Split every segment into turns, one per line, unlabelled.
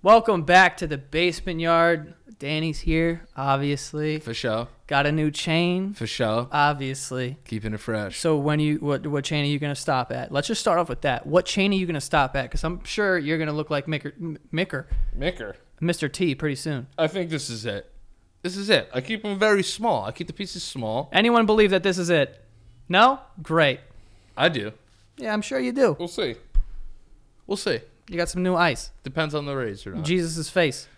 Welcome back to the basement yard. Danny's here, obviously.
For sure.
Got a new chain,
For sure.
obviously.
Keeping it fresh.
So when you what what chain are you gonna stop at? Let's just start off with that. What chain are you gonna stop at? Because I'm sure you're gonna look like Micker, M- Micker,
Micker.
Mr. T, pretty soon.
I think this is it. This is it. I keep them very small. I keep the pieces small.
Anyone believe that this is it? No? Great.
I do.
Yeah, I'm sure you do.
We'll see. We'll see.
You got some new ice.
Depends on the raise or not.
Jesus' face.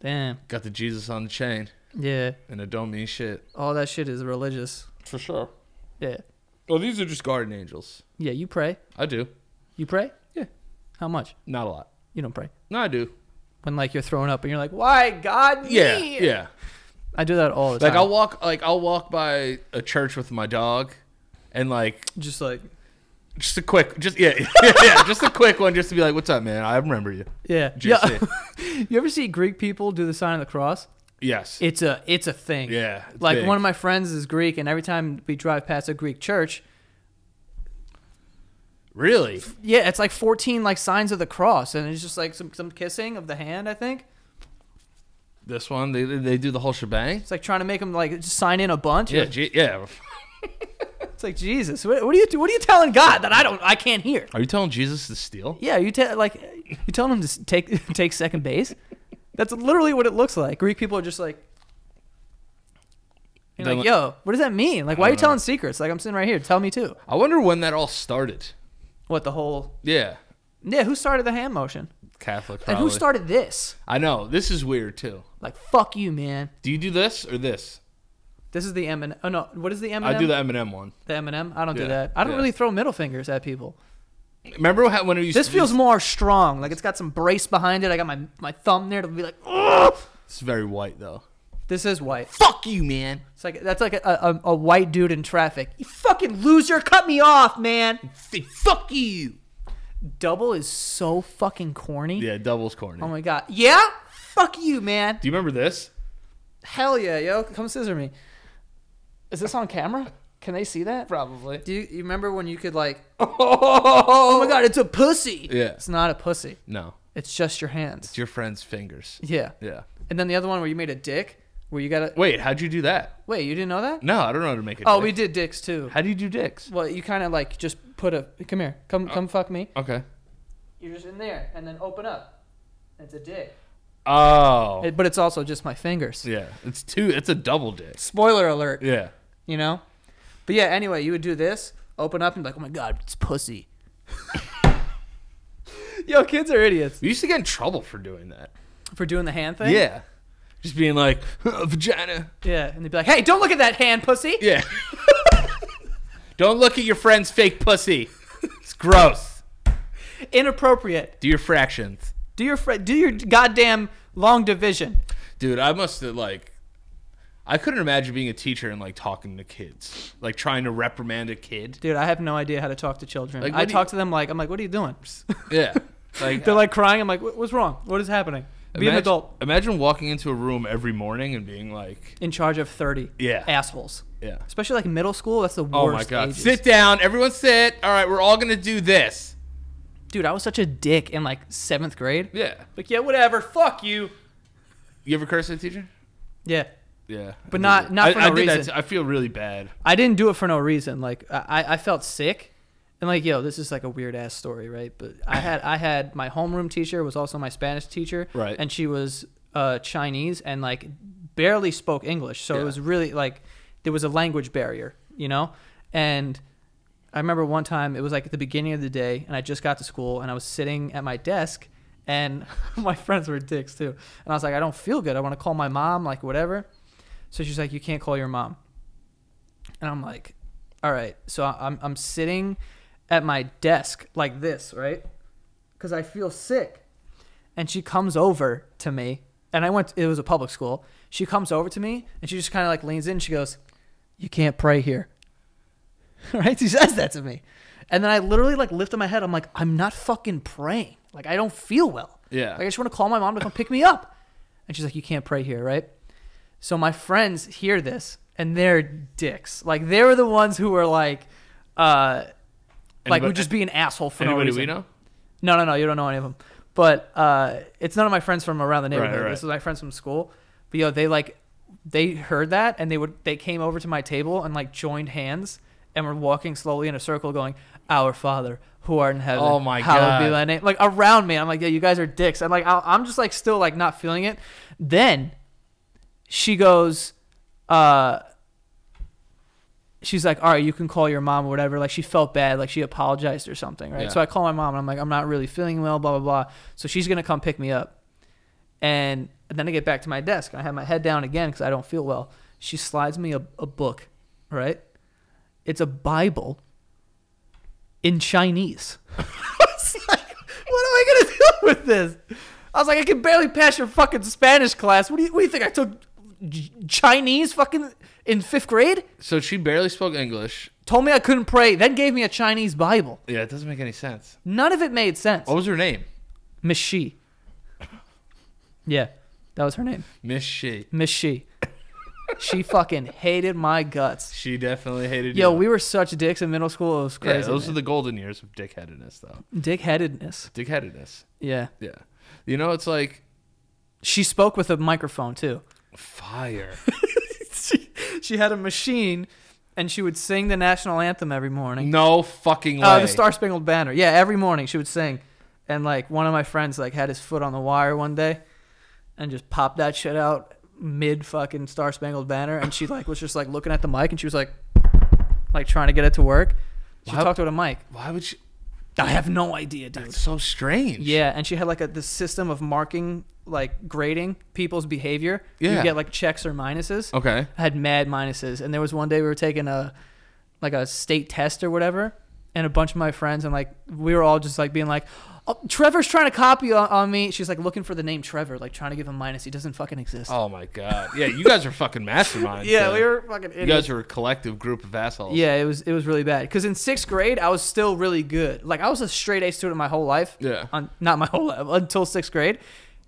Damn.
Got the Jesus on the chain,
Yeah.
and it don't mean shit.
All that shit is religious.
For sure.
Yeah.
Well, these are just garden angels.
Yeah, you pray.
I do.
You pray?
Yeah.
How much?
Not a lot.
You don't pray.
No, I do.
When like you're throwing up and you're like, Why God me?
Yeah, yeah.
I do that all the
Like
time.
I'll walk, like I'll walk by a church with my dog, and like
just like
just a quick, just yeah, yeah, yeah, just a quick one, just to be like, "What's up, man? I remember you."
Yeah.
Just
yeah. you ever see Greek people do the sign of the cross?
Yes.
It's a it's a thing.
yeah. it's
Like
big.
one of my friends is Greek and every time we drive past a Greek church,
really.
yeah, it's like 14 like signs of the cross and it's just like some some kissing of the hand, I think.
This one, they they do the whole shebang.
It's like trying to make them like just sign in a bunch.
Yeah, G- yeah.
It's like Jesus, what, what are you what are you telling God that I don't I can't hear?
Are you telling Jesus to steal?
Yeah, you tell like you telling him to s- take take second base. That's literally what it looks like. Greek people are just like, you're
Then
like,
li-
yo, what does that mean? Like, why are you
don't know.
telling secrets? Like, I'm sitting right here. Tell me too.
I wonder when that all started.
What the whole?
Yeah,
Yeah, who started the hand motion?
Catholic.
And
Probably.
who started this?
I know this is weird too.
Like, fuck you, man.
Do you do this or this?
This is the M and oh no, what is the M and
I do the Eminem one.
The M and M. I don't do
Yeah,
that. I don't
yeah.
really throw middle fingers at people.
Remember how, when we used
This
to
feels
do,
more strong. Like it's got some brace behind it. I got my my thumb there to be like, Ugh!
It's very white though.
this is white.
Fuck you, man.
It's like that's like a, a, a white dude in traffic. You fucking loser, cut me off, man.
F- Fuck you.
Double is so fucking corny.
Yeah, doubles corny.
Oh my god. Yeah? Fuck you, man.
do you remember this?
Hell yeah, yo, come scissor me. Is this on camera? Can they see that?
Probably.
Do you, you remember when you could like
Oh
Oh my god, it's a pussy.
Yeah.
It's not a pussy.
No,
It's just your hands.
it's your friend's fingers.
yeah.
Yeah.
And then the other one where you made a dick where you gotta
Wait, how'd you do that?
wait, you didn't know that?
No, I don't know how to make it.
Oh, we did dicks too.
How do you do dicks?
Well, you kinda like just put a come here. Come
Uh,
come fuck me.
Okay.
You're just in there and then open up. It's a dick.
Oh.
but it's also just my fingers.
yeah, it's two. It's a double dick.
Spoiler alert,
Yeah.
you know? But yeah, anyway, you would do this, open up and be like, oh my god, it's pussy. Yo, kids are idiots.
We used to get in trouble for doing that.
For doing the hand thing?
Yeah. Just being like, "Huh, vagina.
Yeah. And they'd be like, hey, don't look at that hand, pussy.
Yeah. Don't look at your friend's fake pussy. It's gross.
Inappropriate.
Do your fractions.
Do your fr- do your goddamn long division.
Dude, I must have, like, I couldn't imagine being a teacher and, like, talking to kids. Like, trying to reprimand a kid.
Dude, I have no idea how to talk to children.
Like, what
I
do
talk
you-
to them like I'm like, what are you doing?
Yeah. Like,
They're like crying. I'm like, "What- what's wrong? What is happening? Be an
imagine-
adult.
Imagine walking into a room every morning and being like,
In charge of thirty
Yeah.
assholes.
yeah.
Especially like middle school, that's the worst.
Oh, my God.
ages.
Sit down. Everyone sit. All right, we're all going to do this.
Dude, I was such a dick in like seventh grade.
Yeah.
Like, yeah, whatever, fuck you.
You ever curse at a teacher?
Yeah.
Yeah,
But not- not for
I,
no
I did that
reason.
too. I feel really bad.
I didn't do it for no reason. Like I, I felt sick. And like, yo, this is like a weird ass story, right? But I had I had my homeroom teacher was also my Spanish teacher.
Right.
And she was uh Chinese and like barely spoke English. So it
Yeah.
was really like there was a language barrier, you know? And I remember one time it was like at the beginning of the day, and I just got to school, and I was sitting at my desk, and my friends were dicks too. And I was like, I don't feel good. I want to call my mom, like whatever. So she's like, you can't call your mom. And I'm like, all right. So I- I'm I'm sitting at my desk like this, right? Because I feel sick. And she comes over to me, and I went. It was a public school. She comes over to me, and she just kind of like leans in. She goes, "You can't pray here." right? She says that to me. And then I literally like lifted my head. I'm like, I'm not fucking praying. Like I don't feel well.
Yeah.
Like I just want to call my mom to come pick me up. And she's like, You can't pray here, right? So my friends hear this and they're dicks. Like they were the ones who were like uh like
Anybody-
would just be an asshole for no
Anybody
reason.
we know?
No, no, no, you don't know any of them. But uh, it's none of my friends from around the neighborhood.
right.
This is my friends from school. But yo, they like they heard that and they would they came over to my table and like joined hands and were walking slowly in a circle, going, "Our Father." Who art in heaven?
Oh my
hallowed be
God.
thy name. Like around me, I'm like, yeah, you guys are dicks. I'm like, I'll, I'm just like still like not feeling it. Then she goes, uh, she's like, all right, you can call your mom or whatever. Like she felt bad, like she apologized or something, right?
Yeah.
So I call my mom and I'm like, I'm not really feeling well, blah blah blah. So she's gonna come pick me up, and then I get back to my desk. I have my head down again because I don't feel well. She slides me a, a book, right? It's a Bible in Chinese. I was like, what am I gonna do with this? I was like, I can barely pass your fucking Spanish class. What do you, what do you think? I took J- Chinese fucking in fifth grade?
So she barely spoke English.
told me I couldn't pray, then gave me a Chinese Bible.
Yeah, it doesn't make any sense.
None of it made sense.
What was her name?
Miss Shi. Yeah, that was her name.
Miss She.
Miss Shi. she fucking hated my guts.
She definitely hated
Yo,
you.
we were such dicks in middle school. It was
yeah,
crazy.
those are
man.
the golden years of dickheadedness, though.
Dickheadedness.
Dickheadedness.
Yeah.
Yeah. You know, it's like
She spoke with a microphone too.
fire.
she, she had a machine and she would sing the national anthem every morning.
no fucking way.
Uh, the Star Spangled Banner. Yeah, every morning she would sing, and like one of my friends like had his foot on the wire one day, and just popped that shit out mid fucking Star Spangled Banner, and she like was just like looking at the mic, and she was like, like trying to get it to work. She
Wow.
talked to it a mic.
Why would she?
I have no idea, dude.
It's so strange.
Yeah, and she had like a this system of marking, like grading people's behavior.
Yeah.
you get like checks or minuses.
Okay.
I had mad minuses, and there was one day we were taking a like a state test or whatever, and a bunch of my friends and like we were all just like being like, oh, "Trevor's trying to copy on, on me." She's like looking for the name Trevor, like trying to give him minus. He doesn't fucking exist.
Oh my god. Yeah, you guys are fucking masterminds.
yeah,
though.
we were fucking
You
idiots.
guys are a collective group of assholes.
yeah, it was it was really bad. Cause in sixth grade, I was still really good. Like I was a straight A student my whole life.
Yeah.
On, not my whole life until sixth grade.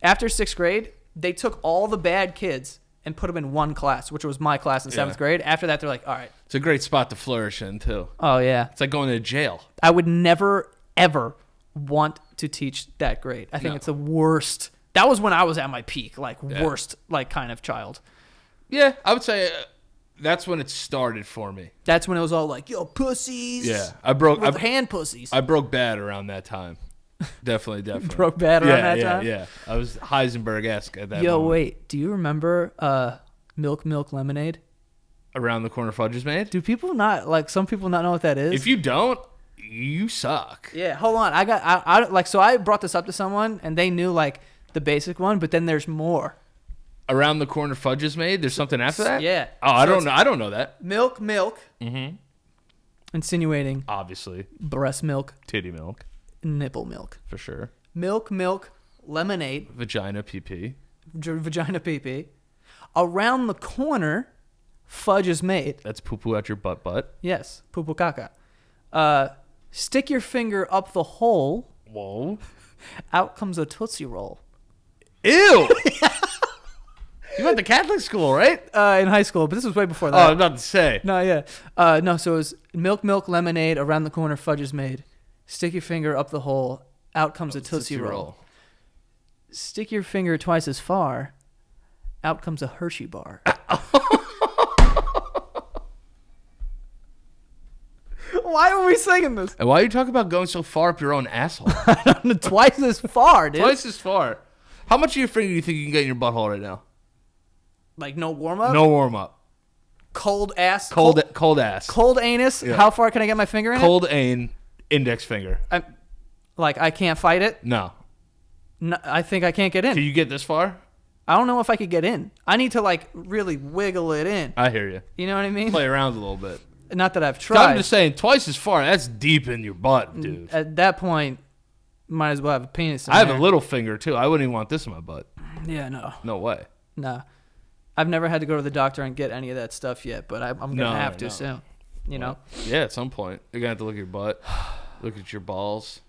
After sixth grade, they took all the bad kids and put them in one class, which was my class in seventh grade. After that, they're like, "All right,
It's a great spot to flourish in too.
oh yeah,
It's like going to jail.
I would never ever want to teach that grade. I think
No.
it's the worst. That was when I was at my peak, like worst, like kind of child.
Yeah, I would say uh, that's when it started for me.
That's when it was all like, "Yo, pussies."
Yeah, I broke.
with
I,
hand pussies.
I broke bad around that time. Definitely, definitely
broke bad around
yeah,
that
yeah,
time?
Yeah, I was Heisenberg esque at that.
Yo,
moment.
wait. Do you remember uh, milk, milk, lemonade?
Around the corner, fudge is made.
Do people not like some people not know what that is?
If you don't, you suck.
yeah, hold on. I got I, I like so I brought this up to someone and they knew like the basic one, but then there's more.
Around the corner, fudge is made. There's something after that.
yeah.
Oh, I
So
don't
it's-
know. I don't know that.
Milk, milk. Mm-hmm. Insinuating
Obviously,
breast milk,
titty milk
nipple milk.
for sure.
milk, milk, lemonade,
Vagina PP.
dr- vagina pee pee. Around the corner, fudge is made.
That's poo poo out your butt butt.
Yes, pupu caca. Uh, stick your finger up the hole.
Whoa.
Out comes a tootsie roll.
Ew. you went to Catholic school, right?
Uh, in high school, but this was way before
Oh,
that.
I'm about to say.
No, yeah. Uh, no, so it was milk, milk, lemonade. Around the corner, fudge is made. Stick your finger up the hole. Out comes a tootsie, roll. Stick your finger twice as far. Out comes a Hershey bar. Why are we singing this?
And why are you talking about going so far up your own asshole?
twice as far, dude.
Twice as far. How much of your finger do you think you can get in your butthole right now?
Like no warm up.
No warm up.
cold ass.
Cold, Uh, cold, ass. Cold,
Cold anus.
Yeah.
How far can I get my finger in it?
ain. Index finger.
I'm, like I can't fight it.
No.
No, I think I can't get in.
Can you get this far?
I don't know if I could get in. I need to like really wiggle it in.
I hear you.
You know what I mean?
Play around a little bit.
Not that I've
I'm
tried.
just saying, twice as far. That's deep Mm. in your butt, dude.
At that point, might as well have a penis. In
I have a
there.
little finger too. I wouldn't even want this in my butt.
Yeah, no.
No way.
No, I've never had to go to the doctor and get any of that stuff yet, but I, I'm gonna
No,
have to
no.
soon. You know,
Yeah, at some point you're gonna have to look at your butt, look at your balls,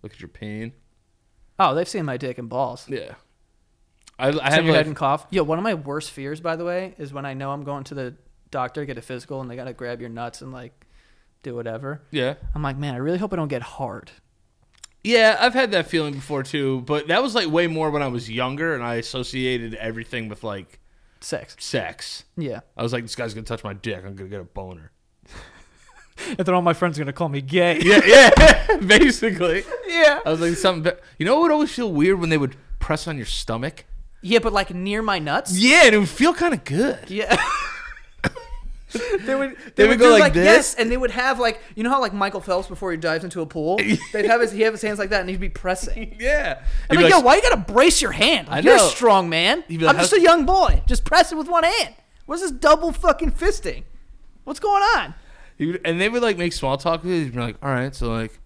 look at your peen.
oh, they've seen my dick and balls.
Yeah. I, I
Turn
have
your
like,
head and cough. Yo, one of my worst fears, by the way, is when I know I'm going to the doctor get a physical and they gotta grab your nuts and like do whatever.
yeah.
I'm like, man, I really hope I don't get hard.
Yeah, I've had that feeling before too, but that was like way more when I was younger and I associated everything with like
Sex.
sex.
Yeah.
I was like, this guy's gonna touch my dick. I'm gonna get a boner.
And then all my friends are gonna call me gay.
Yeah, yeah, basically.
Yeah.
I was like, something. Be- you know what would always feel weird when they would press on your stomach?
Yeah, but like near my nuts.
Yeah, and it would feel kind of good.
Yeah. they would
They would go
do
like this?
yes, and they would have like you know how like Michael Phelps before he dives into a pool, they'd have his he have his hands like that and he'd be pressing.
Yeah.
I'm
You'd be
like, yo,
like,
why you gotta brace your hand? Like,
I
You're a
know.
strong man.
be like,
I'm just
how-
a young boy. Just press it with one hand. What's this double fucking fisting? What's going on?
you'd- and they would like make small talk with you. You'd be like, all right, so like,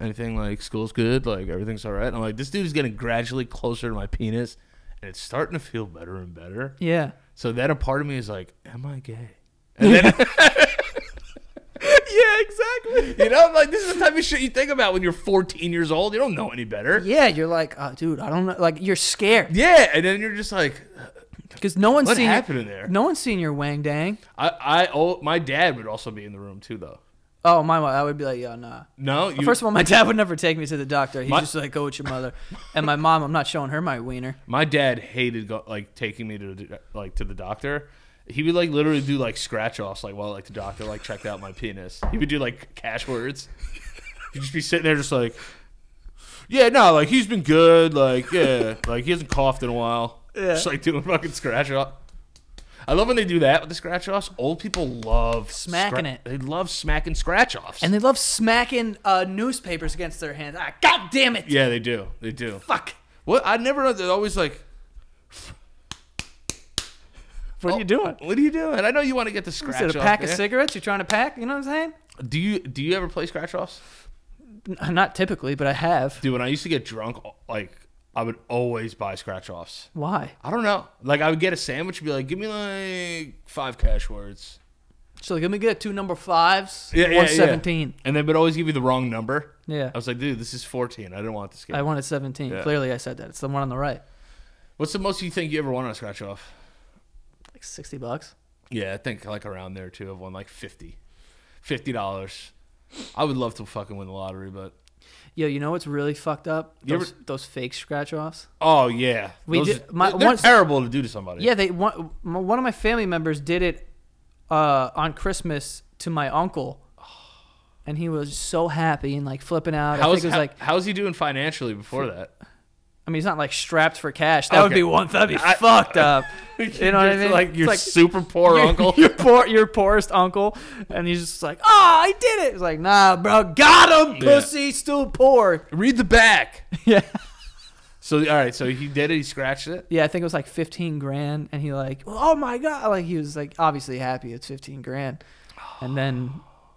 anything like school's good, like everything's all right. And I'm like, this dude's getting gradually closer to my penis, and it's starting to feel better and better.
Yeah.
So then a part of me is like, am I gay? And then,
Yeah, exactly.
you know, I'm like, this is the type of shit you think about when you're 14 years old. You don't know any better.
Yeah, you're like, oh, dude, I don't know. Like, you're scared
Yeah, and then you're just like,
because no one's
what
seen
happened in there?
no one's seen your wang dang.
I, I, oh, my dad would also be in the room too, though.
Oh my, I would be like, yo, nah.
No, you,
First of all, my dad would never take me to the doctor. He's
My-
just like, go with your mother. And my mom, I'm not showing her my wiener.
my dad hated go, like taking me to the- like to the doctor. He would like literally do like scratch offs, like while like the doctor like checked out my penis. He would do like cash words. He'd just be sitting there, just like, yeah, no, like he's been good, like yeah, like he hasn't coughed in a while.
Yeah.
Just like doing fucking scratch off. I love when they do that with the scratch offs. Old people love
Smacking
scra-
it.
They love smacking scratch offs.
And they love smacking uh, newspapers against their hands. Ah, God damn it.
yeah, they do. They do.
Fuck.
What I never they're always like
What are you doing?
"Oh, What are you doing? I know you want to get the scratch
Is it Oh, a
off
pack of
there.
cigarettes you're trying to pack? You know what I'm saying?
Do you do you ever play scratch offs?
N- Not typically, but I have.
Dude, when I used to get drunk, like I would always buy scratch offs.
Why?
I don't know. Like I would get a sandwich and be like, give me like five cash words.
So let me get two number fives.
Yeah, yeah, yeah.
117.
And they would always give you the wrong number.
Yeah.
I was like, dude, this is fourteen. I didn't want this game.
I wanted 17.
Yeah.
Clearly, I said that. It's the one on the right.
What's the most you think you ever won on a scratch off?
Like 60 bucks.
Yeah, I think like around there too. I've won like fifty. Fifty dollars. I would love to fucking win the lottery, but
Yo, you know what's really fucked up?
You ever-
Those, those fake scratch offs.
Oh yeah,
We
Those-
did- my-
they're
once-
terrible to do to somebody.
Yeah, they one, m- one of my family members did it uh, on Christmas to my uncle, and he was so happy and like flipping out. I
How
think
is
it was
how-
like,
how's he doing financially before that?
I mean, he's not like strapped for cash. That would
Okay.
be one. That'd be
I-
fucked up. You know what I
Just
mean?
Like
It's
your super poor
your-
uncle.
your poor, your poorest uncle, and he's just like, "Oh, I did it." It's like, nah, bro, got him,
Yeah.
pussy, still poor.
Read the back.
Yeah,
So all right, so he did it. He scratched it.
yeah. I think it was like fifteen grand, and he like, "Oh my god!" Like he was like obviously happy. It's fifteen grand, and then.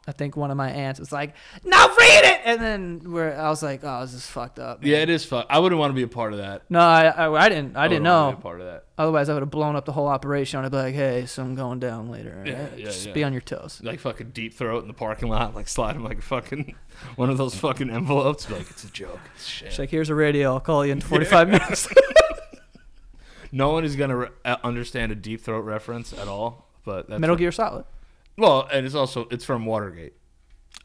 I think one of my aunts was like, "Now read it," and then where I was like, "Oh, this is fucked up." man."
Yeah, it is fuck. I wouldn't want to be a part of that.
No, I, I, I didn't. I didn't
wouldn't
know.
wanna Be a part of that.
Otherwise, I would have blown up the whole operation. I'd be like, hey, something going down later. all
Yeah,
right?
yeah,
Just
yeah.
be on your toes.
Like fucking deep throat in the parking lot. Like slide him like a fucking one of those fucking envelopes. Be like it's a joke. It's
She's
shit.
like, here's a radio. I'll call you in 45 minutes.
No one is gonna re- uh, understand a deep throat reference at all. But that's
Metal
what-
Gear Solid.
Well, and it's also it's from Watergate.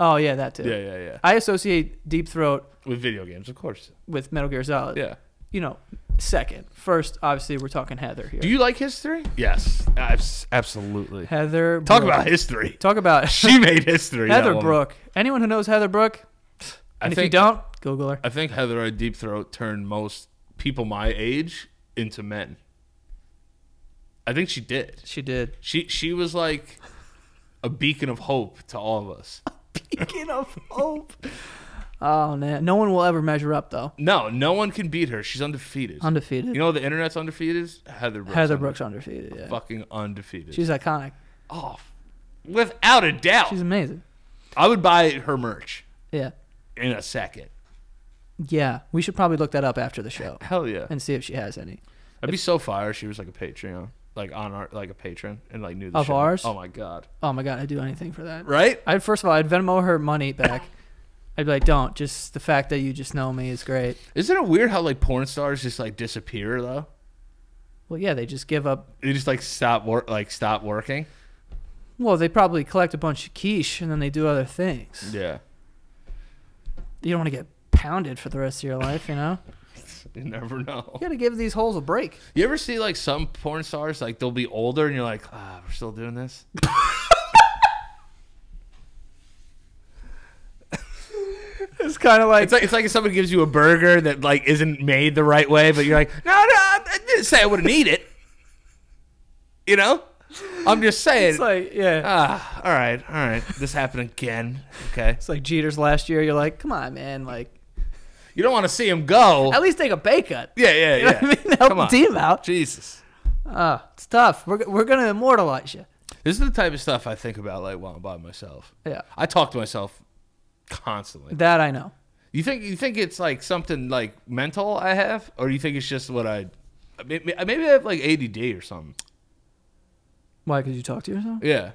Oh, yeah, that too.
Yeah, yeah, yeah.
I associate Deep Throat
With video games, of course.
with Metal Gear Solid.
Yeah.
You know, second. First, obviously, we're talking Heather here.
Do you like history? Yes, abs- absolutely.
Heather.
Talk
Brooke.
about history.
Talk about
She made history. that
Heather
woman.
Brooke. Anyone who knows Heather Brooke,
I
and if you
think-
don't, Google her.
I think Heather I Deep Throat turned most people my age into men. I think she did.
She did.
She she was like a beacon of hope to all of us.
Speaking of hope. Oh, man. No one will ever measure up, though.
No, no one can beat her. She's undefeated.
Undefeated.
you know the internet's undefeated. Heather Brooks.
Heather
unde-
Brooks undefeated. Yeah.
Fucking undefeated.
She's iconic.
off, without a doubt.
She's amazing.
I would buy her merch
Yeah.
in a second.
Yeah. We should probably look that up after the show
Hell yeah.
and see if she has any.
That'd be so fire. if She was like a Patreon, like on our like a patron, and like knew the
Of
show.
ours?
Oh my god!
Oh my god, I'd do anything for that.
Right?
I'd first of all I'd Venmo her money back. I'd be like, don't. Just the fact that you just know me is great.
Isn't it weird how like porn stars just like disappear though?
Well, yeah, they just give up.
They just like stop work, like stop working.
Well, they probably collect a bunch of quiche and then they do other things.
Yeah.
You don't want to get pounded for the rest of your life, you know?
You never know.
You gotta give these holes a break.
You ever see like some porn stars like they'll be older and you're like, ah, we're still doing this.
It's kind of like,
It's like it's like if somebody gives you a burger that like isn't made the right way, but you're like, no, no, I didn't say I wouldn't eat it. You know, I'm just saying.
it's like, yeah.
ah, all right, all right. This happened again. Okay,
It's like Jeter's last year. You're like, come on, man. Like,
you don't want to see him go.
at least take a pay cut.
Yeah, yeah, yeah.
I mean, help
Come
the
on.
team out.
Jesus.
Uh, it's tough. We're, we're gonna immortalize you.
This is the type of stuff I think about like while I'm by myself.
Yeah,
I talk to myself constantly.
that I know.
You think you think it's like something like mental I have, or you think it's just what I maybe, maybe I have like ADD or something.
Why? Because you talk to yourself.
Yeah,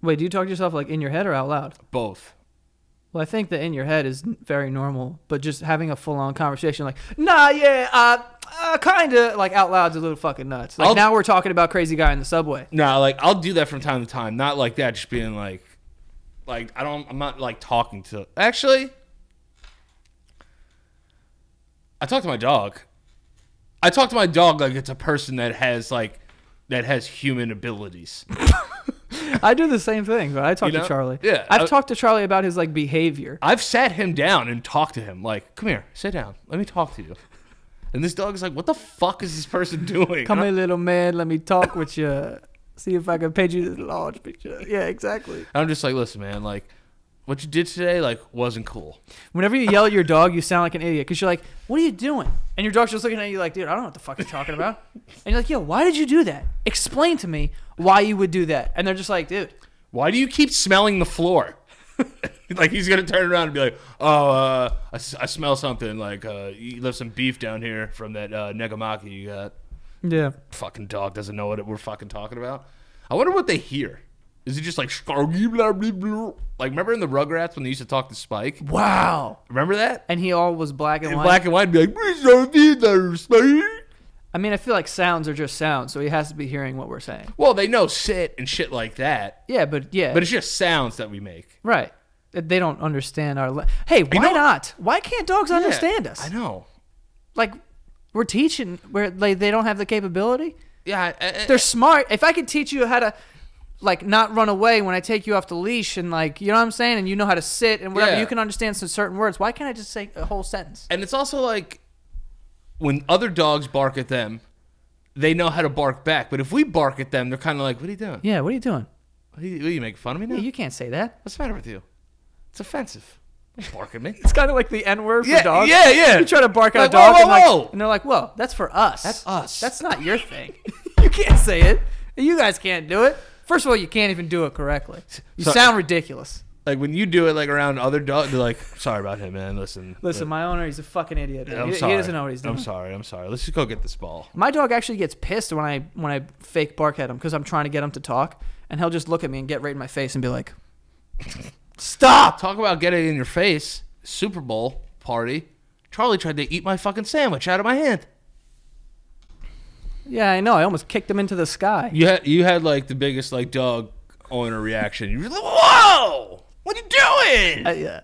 Wait, do you talk to yourself like in your head or out loud?
both.
Well, I think that in your head is n- very normal, but just having a full on conversation like, nah, yeah, uh, uh kind of like out loud's a little fucking nuts. Like
I'll-
now we're talking about crazy guy in the subway.
No, like I'll do that from time to time. Not like that, just being like, like I don't. I'm not like talking to. Actually, I talk to my dog. I talk to my dog like it's a person that has like that has human abilities.
I do the same thing, but I talk
You
to
know?
Charlie.
Yeah,
I've
I-
talked to Charlie about his like behavior.
I've sat him down and talked to him, like, come here, sit down, let me talk to you. And this dog is like, what the fuck is this person doing?
Come
And
here, little man. Let me talk with you. See if I can paint you this large picture. Yeah, exactly.
I'm just like, listen, man, like, what you did today, like, wasn't cool.
Whenever you yell at your dog, you sound like an idiot because you're like, "What are you doing?" And your dog's just looking at you like, "Dude, I don't know what the fuck you're talking about." and you're like, "Yo, why did you do that? Explain to me why you would do that." And they're just like, "Dude,
Why do you keep smelling the floor? like, he's going to turn around and be like, oh, uh, I, s- I smell something. Like, uh, you left some beef down here from that uh, Negamaki you got.
yeah,
Fucking dog doesn't know what we're fucking talking about. I wonder what they hear. Is it just like, "Scargy, blah, blah, blah"? like, remember in the Rugrats when they used to talk to Spike?
wow."
Remember that?
And he all was black and
in
white.
black and white, be like, "Please don't be there, Spike."
I mean, I feel like sounds are just sounds, so he has to be hearing what we're saying.
Well, they know sit and shit like that,
Yeah, but yeah,
but it's just sounds that we make.
right. They don't understand our. La- hey, why
know-
not? Why can't dogs understand us?
I know.
like we're teaching where like they don't have the capability.
Yeah, I, I,
They're smart. If I could teach you how to like not run away when I take you off the leash and like you know what I'm saying and you know how to sit and whatever
Yeah.
you can understand some certain words. Why can't I just say a whole sentence?
and it's also like when other dogs bark at them, they know how to bark back. But if we bark at them, they're kind of like, "What are you doing?
Yeah, what are you doing?
What are you, what are you making fun of me now?
Yeah, you can't say that.
What's the matter with you? It's offensive. Don't bark at me.
It's kind of like the N word for
Yeah,
dogs.
yeah, yeah.
You try to bark at
Like,
a dog,
whoa,
and, like-
whoa, whoa.
and they're like, "Whoa, that's for us.
That's us.
That's not your thing. you can't say it. You guys can't do it. First of all, you can't even do it correctly. You
So-
sound ridiculous.
Like when you do it like around other dogs, they're like, "Sorry about him, man. Listen,
Listen, my owner, he's a fucking idiot. dude.
I'm
He,
sorry.
he doesn't know what he's doing.
I'm sorry. I'm sorry. Let's just go get this ball."
My dog actually gets pissed when I when I fake bark at him because I'm trying to get him to talk, and he'll just look at me and get right in my face and be like, "Stop!"
Ah, Talk about getting in your face. Super Bowl party. Charlie tried to eat my fucking sandwich out of my hand.
Yeah, I know. I almost kicked him into the sky.
You had you had like the biggest like dog owner reaction. You were like, whoa! What are you doing?
Uh, yeah,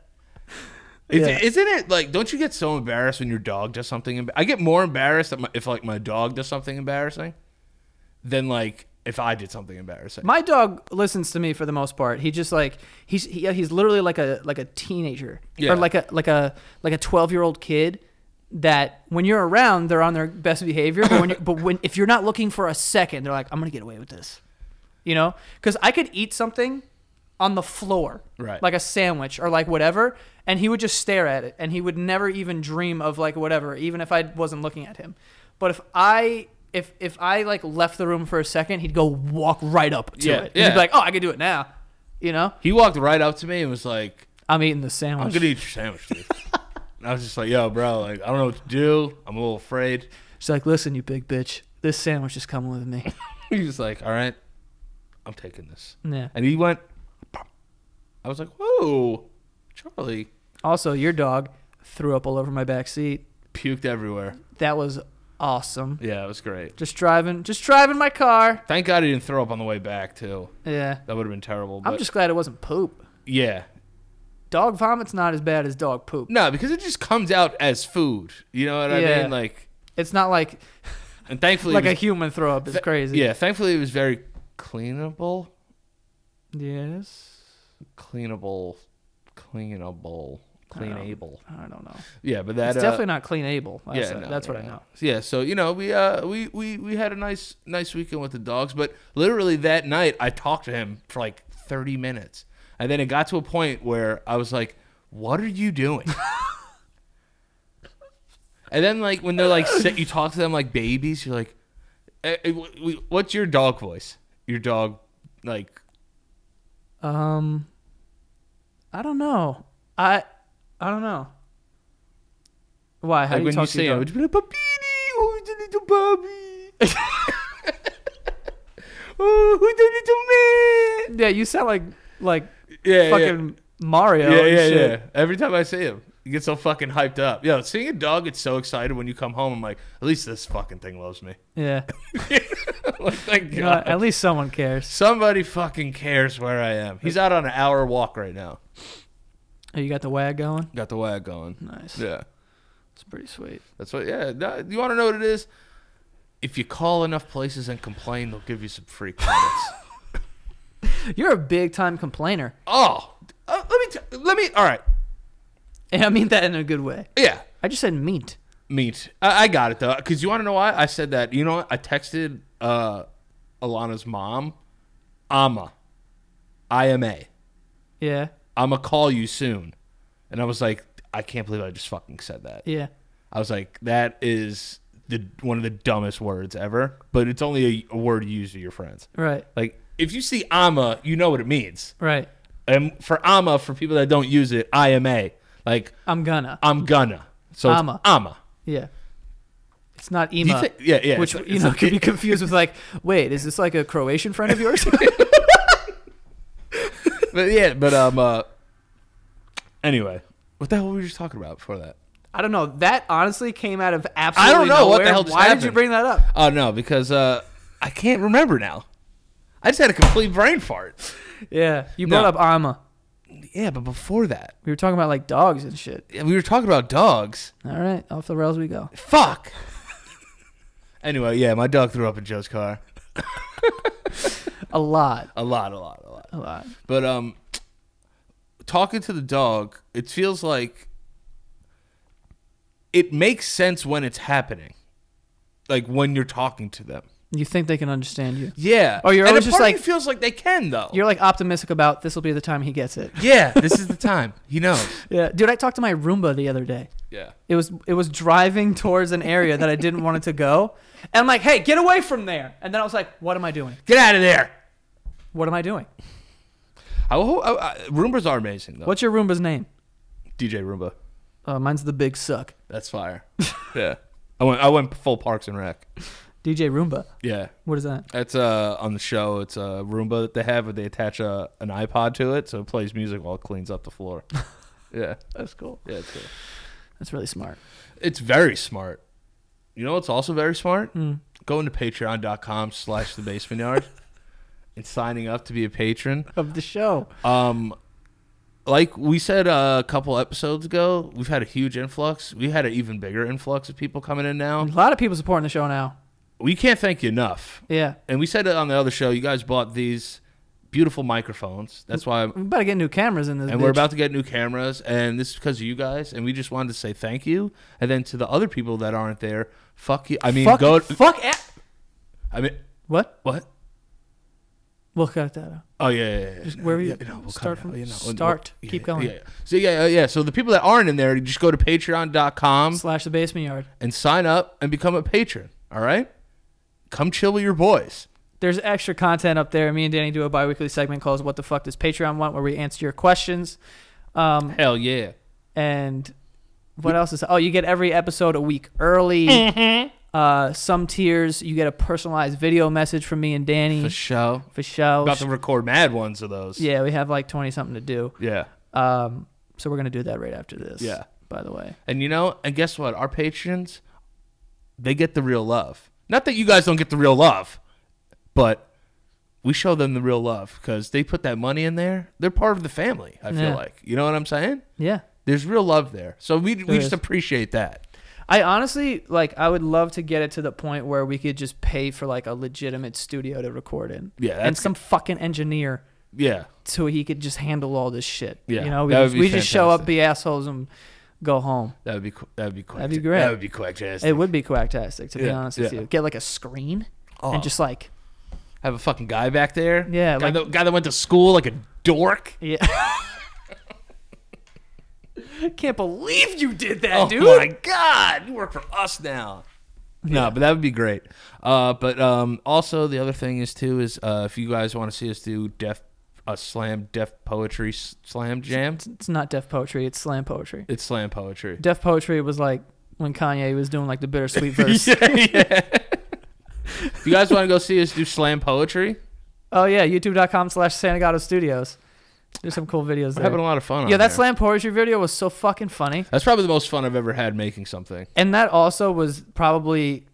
It's-
yeah.
Isn't it like? Don't you get so embarrassed when your dog does something? Emb- I get more embarrassed that my, if like my dog does something embarrassing than like if I did something embarrassing.
my dog listens to me for the most part. He just like he's he, he's literally like a like a teenager
Yeah.
or like a like a like a twelve year old kid. That when you're around, they're on their best behavior. But when, but when if you're not looking for a second, they're like, "I'm gonna get away with this," you know? Because I could eat something on the floor,
Right.
Like a sandwich or like whatever, and he would just stare at it, and he would never even dream of like whatever, even if I wasn't looking at him. But if I if if I like left the room for a second, he'd go walk right up to
Yeah,
it. And He'd
yeah.
be like, "Oh, I can do it now," you know?
he walked right up to me and was like,
I'm eating the sandwich.
"I'm gonna eat your sandwich." Dude. and I was just like, "Yo, bro, like I don't know what to do. I'm a little afraid."
She's like, "Listen, you big bitch, this sandwich is coming with me."
He was like, "All right, I'm taking this."
yeah.
And he went. I was like, "Whoa, Charlie!"
Also, your dog threw up all over my back seat.
Puked everywhere.
That was awesome.
Yeah, it was great.
Just driving, just driving my car.
Thank God he didn't throw up on the way back too.
Yeah.
That would have been terrible. But
I'm just glad it wasn't poop.
yeah,
Dog vomit's not as bad as dog poop.
No, because it just comes out as food. You know what I
Yeah.
mean? Like,
It's not like
and thankfully,
like
it
a
was,
human throw up. It's crazy.
yeah, thankfully it was very cleanable,
Yes.
cleanable, cleanable, cleanable.
I don't know.
Yeah, but that
it's
uh,
definitely not clean able. That's, uh,
yeah, no,
that's what I
yeah.
know.
Yeah, so you know, we uh, we we we had a nice nice weekend with the dogs, but literally that night I talked to him for like thirty minutes, and then it got to a point where I was like, "What are you doing?" and then like when they're like sit, you talk to them like babies, you're like, eh, eh, wh- we- "What's your dog voice? Your dog like
Um, I don't know. I I don't know. Why? How do
like
you
when you
talk to
say it
your
would
dog?
you be like, "Puppy, oh, the little puppy." Oh, the little man.
Yeah, you sound like like
Yeah,
fucking Mario.
yeah,
and
yeah,
shit.
yeah. Every time I see him, you get so fucking hyped up. Yo, seeing a dog gets so excited when you come home. I'm like, at least this fucking thing loves me.
Yeah.
like, thank
You know,
God.
at least someone cares.
Somebody fucking cares where I am. He's out on an hour walk right now.
Oh, you got the wag going.
Got the wag going.
Nice.
Yeah,
It's pretty sweet.
that's what. Yeah, no, you want to know what it is? If you call enough places and complain, they'll give you some free credits.
You're a big time complainer,
oh, uh, let me. T- let me. All right.
and I mean that in a good way.
Yeah.
I just said meat.
Meat. I, I got it though, because you want to know why I said that. You know, what? I texted uh, Alana's mom, Ama, I am a.
Yeah.
I'ma call you soon, and I was like, I can't believe I just fucking said that.
Yeah.
I was like, that is the one of the dumbest words ever, but it's only a, a word used to your friends.
Right.
Like, if you see Ama, you know what it means.
Right.
And for Ama, for people that don't use it, I am a. Like,
I'm gonna.
I'm gonna. So it's
Ama.
Ama.
Yeah. It's not
Do
Ema.
you think, yeah, yeah.
which
it's-
you
it's
know
like-
could be confused with like, wait, is this like a Croatian friend of yours?
but yeah, but um, uh, anyway, what the hell were we just talking about before that?
I don't know. That honestly came out of absolutely
know
nowhere.
what the hell just
Why did you
happened.
bring that up?
Oh no, because uh, I can't remember now. I just had a complete brain fart.
Yeah, you brought
No.
up Ama.
Yeah, but before that,
We were talking about like dogs and shit.
yeah, we were talking about dogs.
All right, off the rails we go.
Fuck. anyway, yeah, my dog threw up in Joe's car
A lot,
a lot, a lot, a lot.
a lot.
But um, talking to the dog, it feels like it makes sense when it's happening, like when you're talking to them.
You think they can understand you?
Yeah.
Or you're
and
always
a
just
part of
like-
me feels like they can though.
You're like optimistic about this will be the time he gets it.
yeah, this is the time. He knows.
Yeah, dude, I talked to my Roomba the other day.
Yeah.
It was it was driving towards an area that I didn't want it to go, and I'm like, hey, get away from there. And then I was like, what am I doing?
Get out of there.
What am I doing?
I, I, I, Roombas are amazing though.
What's your Roomba's name?
DJ Roomba?
Uh, mine's the Big Suck.
That's fire. yeah. I went. I went full Parks and Rec.
DJ Roomba.
Yeah.
What is that?
That's uh on the show. It's a Roomba that they have, where they attach a an iPod to it, so it plays music while it cleans up the floor. yeah.
That's cool.
Yeah. It's cool.
That's really smart.
It's very smart. You know what's also very smart? Going to patreon.com slash the basement yard and signing up to be a patron.
Of the show.
Um, like we said uh, a couple episodes ago, we've had a huge influx. We had an even bigger influx of people coming in
A
now.
lot of people supporting the show now.
We can't thank you enough.
Yeah.
And we said it on the other show. You guys bought these beautiful microphones. That's why.
We better get new cameras in this.
and we're
bitch.
about to get new cameras, and this is because of you guys. And we just wanted to say thank you. And then to the other people that aren't there, fuck you. I mean,
fuck,
go.
fuck. a-
I mean,
what?
what?
We'll cut that out.
Oh yeah, yeah, yeah.
Just where we- start
cut it
from-
out. no, we'll-
start.
yeah,
Keep
yeah,
going.
Yeah, yeah. So yeah, yeah, yeah. So the people that aren't in there, you just go to patreon.com
Slash the basement yard.
and sign up and become a patron. All right, come chill with your boys.
There's extra content up there. Me and Danny do a bi-weekly segment called "What the Fuck Does Patreon Want," where we answer your questions. Um,
Hell yeah.
and what else is? Oh, you get every episode a week early.
Mm-hmm.
Uh, some tiers, you get a personalized video message from me and Danny
The show.
for show.
About to record mad ones of those.
yeah, we have like twenty something to do.
Yeah.
Um, so we're gonna do that right after this.
Yeah.
By the way,
And you know, and guess what? Our patrons, they get the real love. Not that you guys don't get the real love, but we show them the real love because they put that money in there. They're part of the family. I feel
Yeah.
like you know what I'm saying.
Yeah.
There's real love there, so we we
There
just
is.
appreciate that.
I honestly like I would love to get it to the point where we could just pay for like a legitimate studio to record in.
Yeah,
and
that's-
some fucking engineer
Yeah,
so he could just handle all this shit.
Yeah,
You know, we
that would
just,
be
we just show up,
fantastic.
be assholes and go home.
that would be qu- that would be quite
That'd be great.
That would be quite
It would be quacktastic to be
Yeah,
honest with
yeah.
you. Get like a screen
Oh.
and just like
Have a fucking guy back there.
Yeah,
guy,
like-
that, guy that went to school like a dork.
yeah. Can't believe you did that,
Oh
dude.
my god, you work for us now. No, but that would be great. Uh, but um, also the other thing is too is uh, if you guys want to see us do deaf a slam deaf poetry s- slam jam,
It's not deaf poetry, it's slam poetry.
it's slam poetry.
Deaf poetry was like when Kanye was doing like the bittersweet verse.
yeah, yeah. if you guys want to go see us do slam poetry,
Oh yeah, youtube.com slash Santagato Studios. There's some cool videos
we're
there.
having a lot of fun.
yeah,
on
that
there.
slam poetry video was so fucking funny.
That's probably the most fun I've ever had making something.
And that also was probably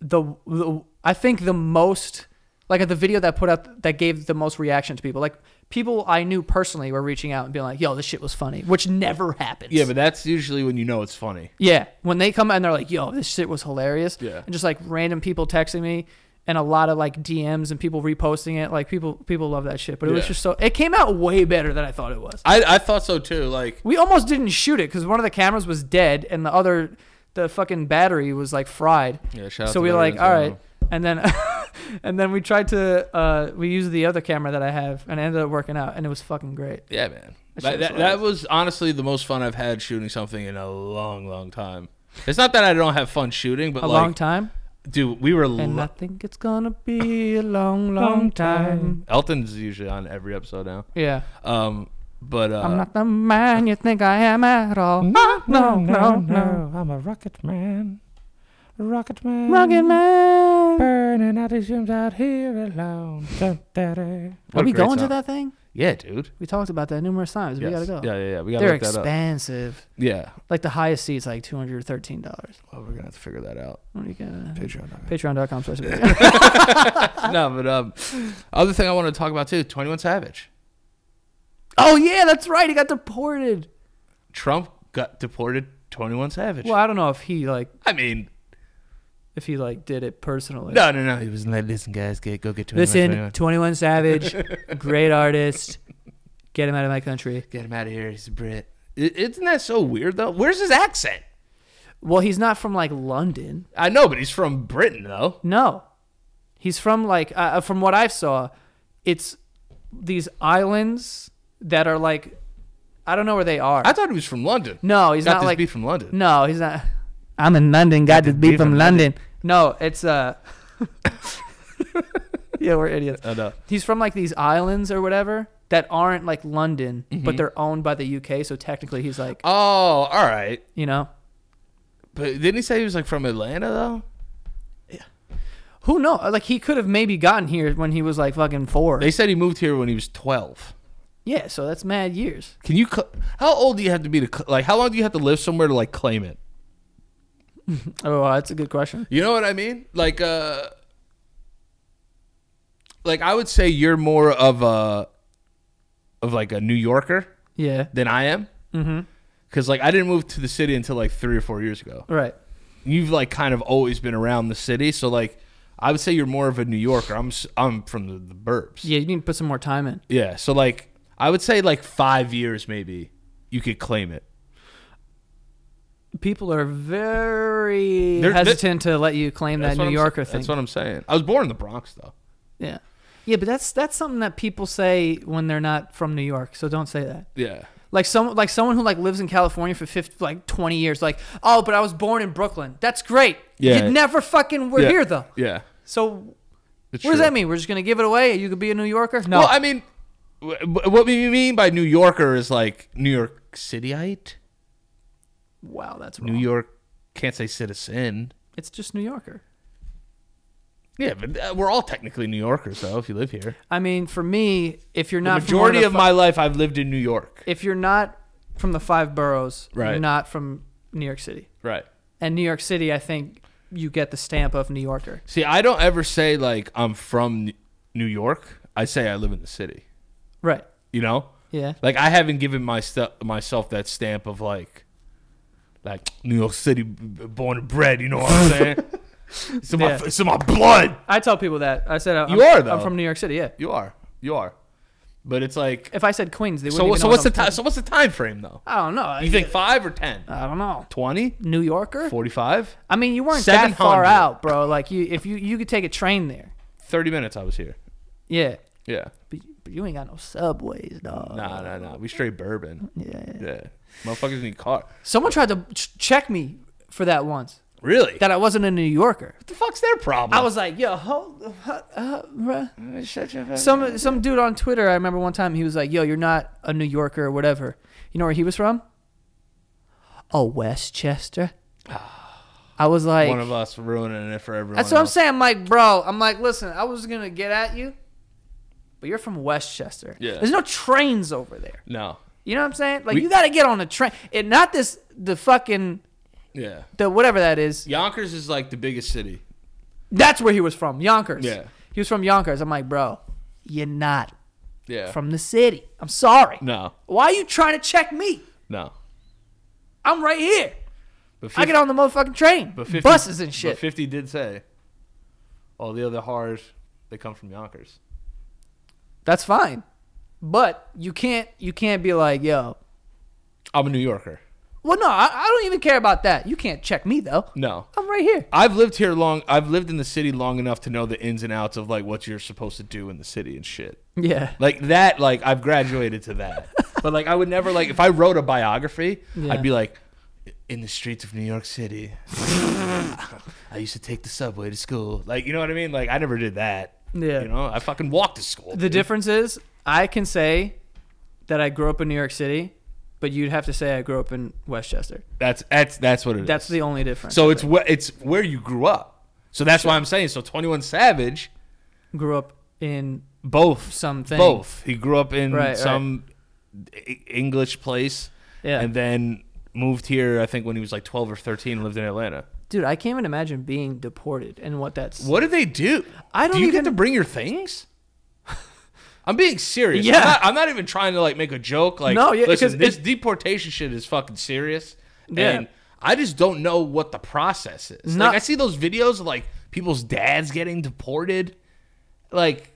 the, the I think the most like the video that put out that gave the most reaction to people. Like people I knew personally were reaching out and being like, "Yo, this shit was funny," which never happens.
Yeah, but that's usually when you know it's funny.
Yeah, when they come out and they're like, "Yo, this shit was hilarious,"
Yeah.
and just like random people texting me, and a lot of like DMs and people reposting it, like people people love that shit. But it was
Yeah.
just so it came out way better than I thought it was.
I, I thought so too. Like
We almost didn't shoot it because one of the cameras was dead and the other, the fucking battery was like fried.
Yeah, shout out
so
to
we
Battery
like, all
Enzo.
right, and then, and then we tried to uh we used the other camera that I have and it ended up working out and it was fucking great.
Yeah, man.
That
That,
shit was
that, that was honestly the most fun I've had shooting something in a long, long time. It's not that I don't have fun shooting, but
A
like,
long time,
dude, we were.
and
Lo-
I think it's gonna be a long, long time.
Elton's usually on every episode now.
Yeah.
Um, but uh,
I'm not the man you think I am at all. No, no, no, no.
I'm a rocket man. Rocket man.
Rugged
Mm.
man.
Burning out these fumes out here alone. Dun, da, da.
what
Are
a
we
great
going to
song.
that thing?
Yeah, dude.
We talked about that numerous times. We
Yes.
gotta go.
Yeah, yeah, yeah. We gotta
They're
look that up.
expensive.
Yeah.
Like the highest seat's like two hundred thirteen dollars.
Well, we're gonna have to figure that out.
What are you gonna
Patreon.
Patreon.com slash Patreon.
no, but um, other thing I want to talk about too. Twenty One Savage.
Oh yeah, that's right. He got deported.
Trump got deported. Twenty One Savage.
Well, I don't know if he like
I mean,
if he like did it personally.
no, no, no. He was like, listen, guys, get go get 21
Listen,
21.
Twenty One Savage, great artist. Get him out of my country.
Get him out of here. He's a Brit. I- Isn't that so weird though? Where's his accent?
Well, he's not from like London.
I know, but he's from Britain though.
No, he's from like uh, from what I saw, it's these islands that are like I don't know where they are.
I thought he was from London.
no, he's
got
not
this
like
beef from London.
no, he's not. I'm in London. Got this beef from London. No, it's uh. yeah, we're idiots.
Oh, no.
He's from like these islands or whatever that aren't like London,
Mm-hmm.
but they're owned by the UK. So technically, he's like
Oh, all right.
you know
But didn't he say he was like from Atlanta though?
who know like he could have maybe gotten here when he was like fucking four.
They said he moved here when he was twelve.
yeah, so that's mad years.
Can you? Cl- how old do you have to be to cl- like? How long do you have to live somewhere to like claim it?
Oh, that's a good question.
You know what I mean? Like, uh, like I would say you're more of a, of like a New Yorker
Yeah.
than I am.
Mm-hmm.
Because like I didn't move to the city until like three or four years ago.
Right.
You've like kind of always been around the city, so like I would say you're more of a New Yorker. I'm s- I'm from the, the burbs.
Yeah, you need to put some more time in.
Yeah, So like I would say like five years maybe you could claim it.
People are very
They're-
hesitant to let you claim that
That's what
New
I'm
Yorker
sa-
thing.
That's what I'm saying. I was born in the Bronx though.
yeah. Yeah, but that's that's something that people say when they're not from New York. So don't say that.
Yeah.
Like some like someone who like lives in California for 50, like 20 years like, "Oh, but I was born in Brooklyn." That's great.
Yeah.
You never fucking were
yeah.
here though.
Yeah.
So
It's
what does
true.
that mean? We're just going to give it away? You could be a New Yorker? No.
Well, I mean, wh- wh- what we mean by New Yorker is like New York Cityite,
wow, that's wrong.
New York. Can't say citizen.
It's just New Yorker.
Yeah, but uh, we're all technically New Yorkers though. If you live here.
I mean, for me, if you're
The
not from one
majority
the
of my life, I've lived in New York.
if you're not from the five boroughs, you're
Right.
not from New York City.
Right.
And New York City, I think you get the stamp of New Yorker.
See, I don't ever say like I'm from N- New York, I say I live in the city.
Right.
You know,
Yeah.
like I haven't given my stu- myself that stamp of like, like New York City, b- born and bred. You know what I'm saying? it's in my,
Yeah.
it's in my blood.
I tell people that. I said I'm,
You are, though.
I'm from New York City. Yeah.
You are, you are, but it's like.
If I said Queens, they wouldn't.
So,
even
so
know
what's the
what I'm
time? So what's the time frame though?
talking- I don't know.
You think five or ten?
I don't know.
Twenty?
New Yorker.
Forty-five?
I mean, you weren't that far
700.
out, bro. Like you, if you you could take a train there.
Thirty minutes? I was here.
Yeah.
Yeah.
But, but you ain't got no subways, dog.
Nah, nah, nah. We straight bourbon.
Yeah.
Yeah. Motherfuckers need car.
Someone tried to ch- check me for that once.
Really?
That I wasn't a New Yorker.
the fuck's their problem?
I was like, yo, hold up, bruh.
Shut your fucking-
Some some dude on Twitter, I remember one time he was like, "Yo, you're not a New Yorker or whatever." You know where he was from? Oh, Westchester. I was like,
one of us ruining it for everyone.
that's what I'm
else.
saying. I'm like, bro, I'm like, listen, I was gonna get at you, but you're from Westchester.
Yeah.
There's no trains over there.
No.
You know what I'm saying? Like,
We-
you gotta get on a train, and not this the fucking
Yeah.
the whatever that is.
Yonkers is like the biggest city.
That's where he was from, Yonkers.
Yeah.
He was from Yonkers. I'm like, bro, you're not
Yeah.
from the city. I'm sorry.
no.
Why are you trying to check me?
No.
I'm right here.
But 50,
I get on the motherfucking train,
but 50
buses and shit.
But Fifty did say, all the other hard they come from Yonkers.
That's fine, but you can't you can't be like, yo.
I'm a New Yorker.
Well, no, I, I don't even care about that. You can't check me though.
No.
I'm right here.
I've lived here long. I've lived in the city long enough to know the ins and outs of like what you're supposed to do in the city and shit.
Yeah,
Like that, like I've graduated to that. but like I would never like if I wrote a biography,
Yeah.
I'd be like in the streets of New York City. I used to take the subway to school. Like you know what I mean? Like I never did that.
Yeah.
You know, I fucking walked to school.
The difference is, I can say that I grew up in New York City, but you'd have to say I grew up in Westchester.
that's that's that's what it is.
That's the only difference.
So it's where it's where you grew up. So that's why I'm saying so 21 Savage
grew up in
both
Something.
both. He grew up in
Right, right.
some E- English place
yeah.
and then moved here I think when he was like 12 or 13 lived in Atlanta.
Dude, I can't even imagine being deported and what that's.
What do they do?
I don't
Do you
even-
get to bring your things? I'm being serious.
Yeah.
I'm not, I'm not even trying to like make a joke. Like,
No, yeah,
listen,
'cause
this
it-
deportation shit is fucking serious.
Yeah.
And I just don't know what the process is.
No-
like, I see those videos of like people's dads getting deported. Like,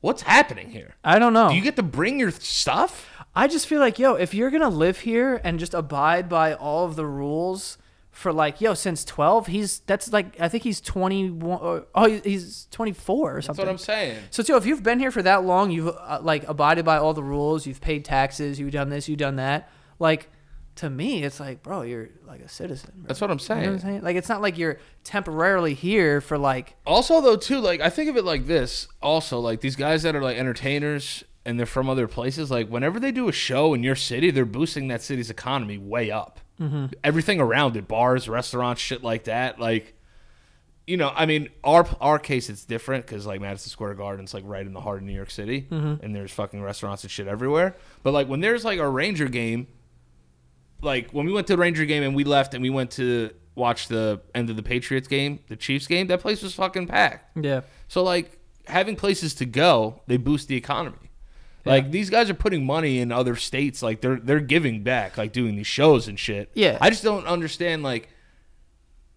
what's happening here?
I don't know.
Do you get to bring your stuff?
I just feel like, yo, if you're gonna live here and just abide by all of the rules for like, yo, since twelve, he's that's like, I think he's twenty one. Or, oh, he- he's twenty four or
That's
something.
what I'm saying.
so, too, if you've been here for that long, you've uh, like abided by all the rules, you've paid taxes, you've done this, you've done that. Like, to me, it's like, bro, you're like a citizen. bro.
That's what I'm
You know what I'm
saying.
saying? Like, it's not like you're temporarily here for like,
Also, though, too, like I think of it like this. Also, like these guys that are like entertainers and they're from other places. Like whenever they do a show in your city, they're boosting that city's economy way up. Everything around it, bars, restaurants, shit like that. Like, you know, I mean, our our case it's different because like Madison Square Garden's like right in the heart of New York City, and there's fucking restaurants and shit everywhere. But like when there's like a Ranger game, like when we went to the Ranger game and we left and we went to watch the end of the Patriots game, the Chiefs game, that place was fucking packed.
yeah,
So like having places to go, they boost the economy. Like these guys are putting money in other states, like they're they're giving back, like doing these shows and shit.
Yeah.
I just don't understand like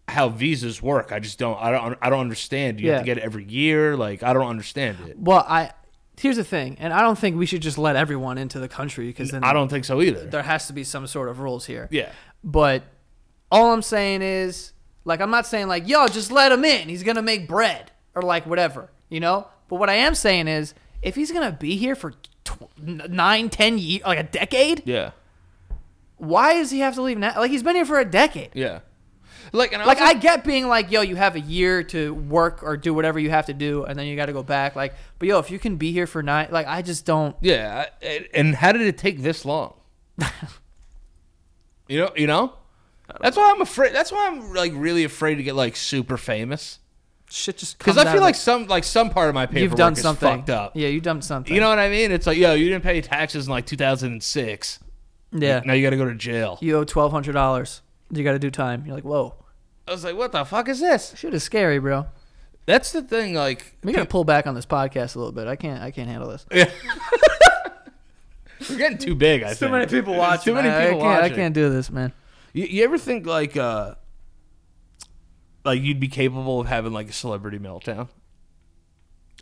how visas work. I just don't. I don't. I don't understand. You have to
Yeah.
get it every year. Like I don't understand it.
well, I. Here's the thing, and I don't think we should just let everyone into the country because then
I don't think so either.
there has to be some sort of rules here.
yeah.
But all I'm saying is, like, I'm not saying like, yo, just let him in. He's gonna make bread or like whatever, you know. But what I am saying is, if he's gonna be here for tw- n- nine, ten years, like a decade,
Yeah.
why does he have to leave now? Like, he's been here for a decade.
Yeah. Like and I
Like,
also-
I get being like, yo, you have a year to work or do whatever you have to do, and then you got to go back. Like, but yo, if you can be here for nine, like, I just don't.
Yeah, I- and- and how did it take this long? you know, you know. That's why I'm afraid. That's why I'm like really afraid to get like super famous
Shit just
because
comes
I
out
feel
of
like
the-
some like some part of my paperwork
you've done
is
something
fucked up.
Yeah, you've done something.
You know what I mean? It's like, yo, you didn't pay taxes in like 2006.
yeah.
Now you got to go to jail.
you owe twelve hundred dollars. You got to do time. You're like, whoa,
I was like, what the fuck is this?
shit is scary, bro.
That's the thing. Like
We gotta pull back on this podcast a little bit. I can't. I can't handle this.
we're getting too big. I think
people
watching.
Too many
I- I
people
can't- I
watching. I
can't
can't do this, man.
You, you ever think like uh like you'd be capable of having like a celebrity meltdown?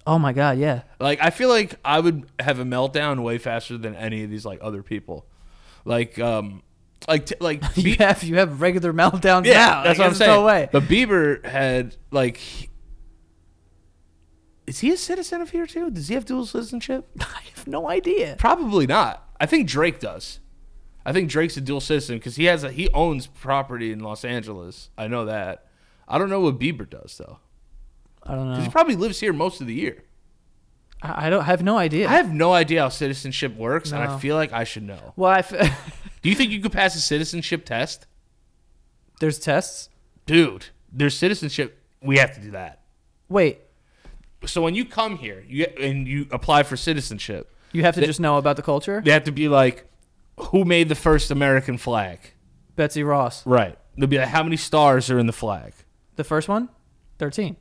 Oh my god, yeah.
Like I feel like I would have a meltdown way faster than any of these like other people. Like um like t- like
You
Be-
have you have regular meltdowns. now.
yeah,
Like,
that's what I'm
there's
saying.
No way.
But Bieber had like he- Is he a citizen of here too? Does he have dual citizenship?
I have no idea.
Probably not. I think Drake does. I think Drake's a dual citizen because he has a, he owns property in Los Angeles. I know that. I don't know what Bieber does though.
I don't
'Cause He
know.
probably lives here most of the year.
I, I don't I have no idea.
I have no idea how citizenship works, and I
No.
feel like I should know.
well, I f-
Do you think you could pass a citizenship test?
there's tests.
Dude, there's citizenship. We have to do that.
Wait,
So when you come here you, and you apply for citizenship,
you have to
They-
just know about the culture.
they have to be like, who made the first American flag?
Betsy Ross,
Right. They'll be like, how many stars are in the flag?
the first one, thirteen.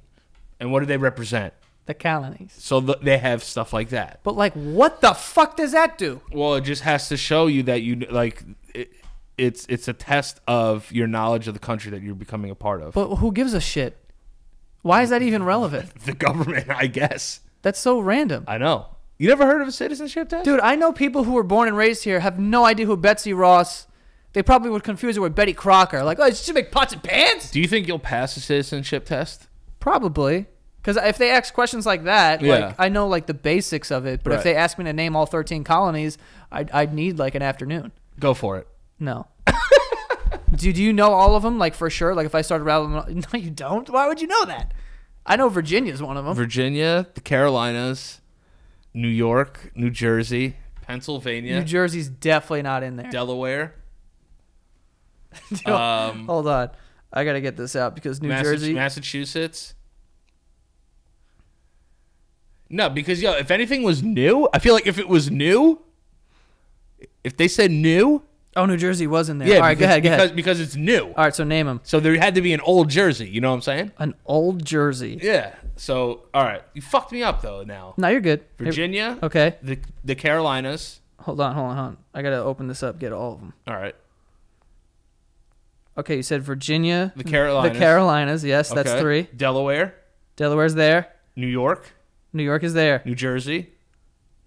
And what do they represent?
The colonies.
So th- they have stuff like that.
But like, what the fuck does that do?
Well, it just has to show you that you like it, it's it's a test of your knowledge of the country that you're becoming a part of.
But who gives a shit? Why is that even relevant?
the government, I guess.
That's so random.
I know. You never heard of a citizenship test?
Dude, I know people who were born and raised here have no idea who Betsy Ross. They probably would confuse her with Betty Crocker. Like, oh, she make pots and pans?
Do you think you'll pass a citizenship test?
Probably, because if they ask questions like that,
Yeah.
like I know like the basics of it. But
Right.
if they ask me to name all thirteen colonies, I'd, I'd need like an afternoon.
Go for it.
No. do Do you know all of them? Like for sure? Like if I started rattling, them off- no, you don't. Why would you know that? I know Virginia's one of them.
Virginia, the Carolinas, New York, New Jersey, Pennsylvania,
New Jersey's definitely not in there.
Delaware,
Dude,
um,
Hold on, I gotta get this out because New
Massa-
Jersey.
Massachusetts. No, because yo, if anything was new, I feel like if it was new, if they said new,
oh, New Jersey was in there.
yeah,
all right,
because,
go ahead, go
because,
ahead.
because it's new.
All right, so name them.
So there had to be an old Jersey. You know what I'm saying?
An old Jersey.
Yeah. So all right, you fucked me up though. Now
No, you're good. Here-
Virginia,
Okay,
the the Carolinas.
hold on, hold on, hold on. I gotta open this up, get all of them.
All right,
Okay, you said Virginia,
the Carolinas.
the Carolinas. Yes, that's
Okay.
three.
Delaware,
Delaware's there.
New York,
New York is there.
New Jersey,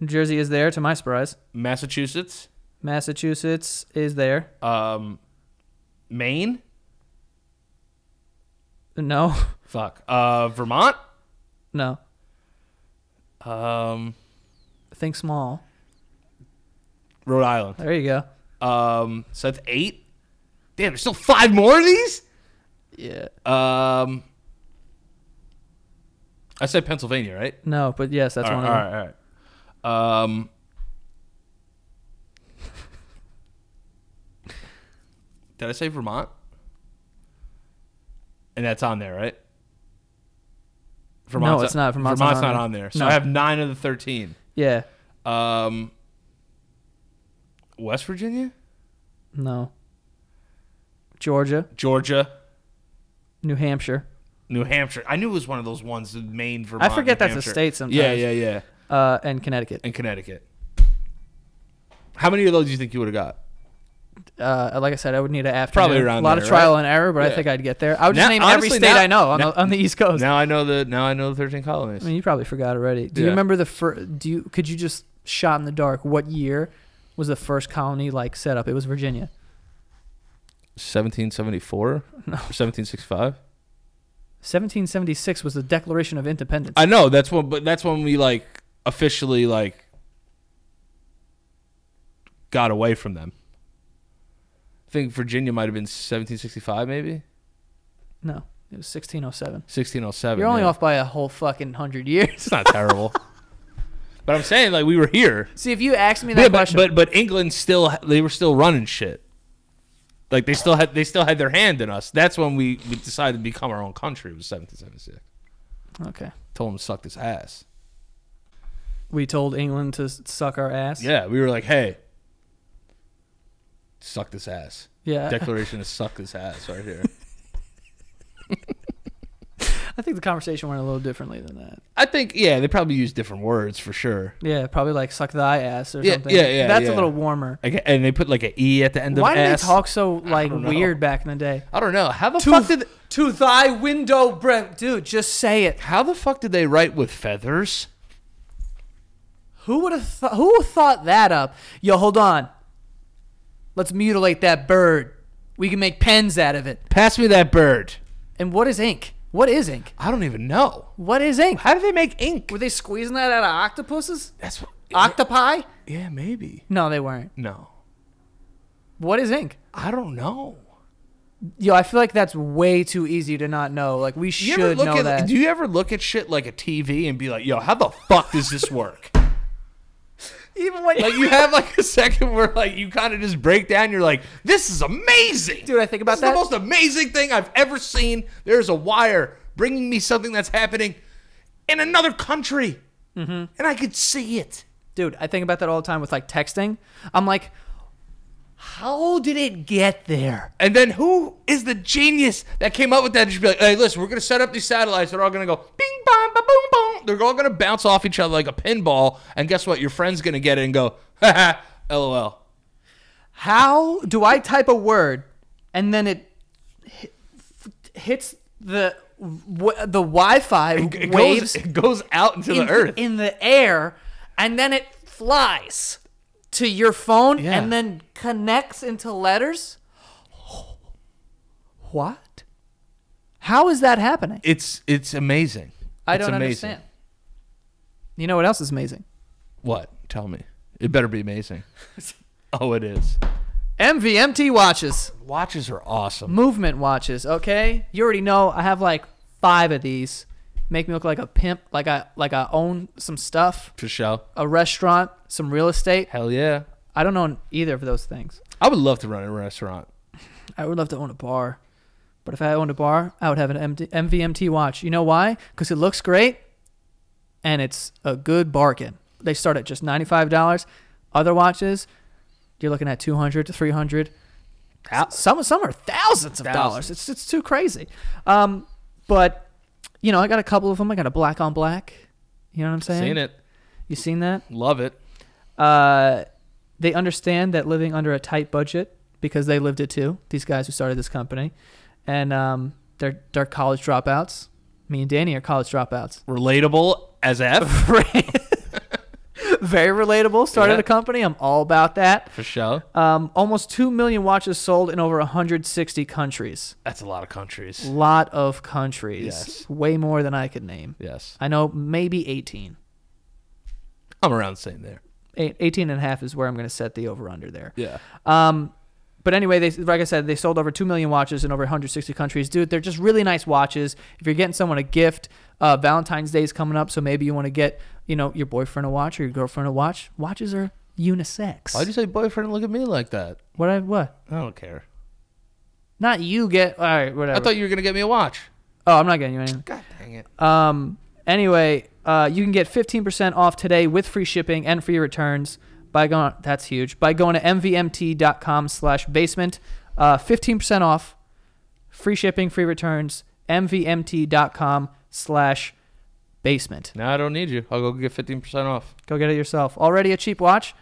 New Jersey is there. To my surprise,
Massachusetts,
Massachusetts is there.
um, Maine.
No,
Fuck. Uh, Vermont.
no.
Um,
Think small.
Rhode Island.
There you go.
Um, so that's eight. Damn, there's still five more of these.
Yeah.
Um, I said Pennsylvania, right?
No, but yes, that's
all
one
right,
of them.
all right, all right. Um, did I say Vermont? And that's on there, right? Vermont's
it's not. Vermont's not
Vermont's
on
not
there.
on there. So
No.
I have nine of the thirteen.
Yeah.
Um, West Virginia,
No. Georgia,
Georgia,
New Hampshire.
New Hampshire. I knew it was one of those ones. Maine, Vermont.
I forget
New
that's a
Hampshire.
state sometimes.
Yeah, yeah, yeah.
Uh, and Connecticut.
And Connecticut. How many of those do you think you would have got?
Uh, like I said, I would need an afternoon.
Probably around
a lot
there,
of trial
right?
and error, but
Yeah.
I think I'd get there. I would just
Now-
name
honestly,
every state
now-
I know on,
now-
the, on the East Coast.
Now I know the now I know the thirteen colonies.
I mean, you probably forgot already. Do you
Yeah.
remember the first? Do you could you just shot in the dark? What year was the first colony like set up? It was Virginia.
Seventeen seventy four,
No.
seventeen sixty five.
1776 was the Declaration of Independence.
I know that's when, but that's when we like officially like got away from them. I think Virginia might have been seventeen sixty five, maybe
no, it was 1607.
sixteen oh seven.
You're only off by a whole fucking hundred years.
It's not terrible. but I'm saying like we were here.
See, if you asked me that
Yeah, but,
question,
but but England still they were still running shit. Like they still had they still had their hand in us. That's when we, we decided to become our own country. Was 1776.
okay,
Told them to suck this ass.
we told England to s- suck our ass.
Yeah, we were like, hey, suck this ass.
yeah.
Declaration to suck this ass right here.
I I think the conversation went a little differently than that.
I think yeah, they probably use different words for sure.
Yeah, probably like suck thy ass or
Yeah,
something.
yeah, yeah,
That's
yeah.
a little warmer.
Like, and they put like an e at the end
Why
of
did
ass.
they talk so like
don't know.
weird back in the day?
I don't know. How the fuck did
to thy window, Brent. Dude, just say it.
how the fuck did they write with feathers?
Who would have th- who thought that up? Yo, hold on. Let's mutilate that bird. We can make pens out of it.
Pass me that bird.
And what is ink? What is ink?
I don't even know.
What is ink?
How do they make ink?
Were they squeezing that out of octopuses?
That's what,
Octopi?
yeah, maybe.
No, they weren't.
No,
What is ink?
I don't know.
Yo, I feel like that's way too easy to not know. Like we
You
should
ever look
know
at,
that.
Do you ever look at shit like a TV and be like, "Yo, how the fuck does this work?"
Even when
like you have like a second where like you kind of just break down. You're like, "This is amazing,
Dude, I think about
this is
that.
the most amazing thing I've ever seen." There's a wire bringing me something that's happening in another country,
Mm-hmm.
and I could see it.
dude i think about that all the time with like texting i'm like how did it get there
And then who is the genius that came up with that? Just be like, hey, listen, we're gonna set up these satellites. They're all gonna go bing bong ba boom boom. They're all gonna bounce off each other like a pinball. And guess what? Your friend's gonna get it and go, ha ha, lol.
how do i type a word and then it hit, hits the w- the wi-fi
It
waves
goes, it goes out into
in,
the earth.
in the air and then it flies to your phone
Yeah.
and then connects into letters what how is that happening
it's it's amazing.
i
It's
don't
amazing.
understand you know what else is amazing
What? Tell me. It better be amazing. oh, it is.
MVMT watches,
Watches are awesome.
movement watches. Okay, you already know I have like five of these. Make me look like a pimp, like I like I own some stuff,
For show.
a restaurant, some real estate.
Hell yeah.
I don't own either of those things.
I would love to run a restaurant.
I would love to own a bar, but if I owned a bar, I would have an MD, MVMT watch. You know why? Because it looks great, and it's a good bargain. They start at just ninety five dollars. Other watches, you're looking at two hundred to three hundred.
Ow.
Some some are thousands of dollars. It's it's too crazy. Um, but you know, I got a couple of them. I got a black on black. You know what I'm saying?
Seen it.
You seen that?
Love it.
Uh, they understand that living under a tight budget because they lived it too. These guys who started this company, and um, they're they're college dropouts. Me and Danny are college dropouts.
Relatable as F.
Very relatable. Started
Yeah.
a company. I'm all about that.
For show.
Um, almost two million watches sold in over 160 countries.
That's a lot of countries.
lot of countries.
Yes.
Way more than I could name.
Yes.
I know maybe 18.
I'm around the same there.
Eight- 18 and a half is where I'm going to set the over under there.
Yeah.
Um, but anyway, they like I said, they sold over 2 million watches in over 160 countries. Dude, they're just really nice watches. If you're getting someone a gift, uh, Valentine's Day is coming up, so maybe you want to get, you know, your boyfriend a watch or your girlfriend a watch. Watches are unisex.
Why'd you say boyfriend and look at me like that?
what I what?
I don't care.
Not you get All right, whatever.
I thought you were going to get me a watch.
oh, I'm not getting you anything.
God dang it.
Um, anyway, uh, you can get 15% off today with free shipping and free returns by going, that's huge, by going to mvmt.com slash basement. Uh, 15% off, free shipping, free returns, mvmt.com slash basement.
No, I don't need you. I'll go get 15% off.
Go get it yourself. Already a cheap watch,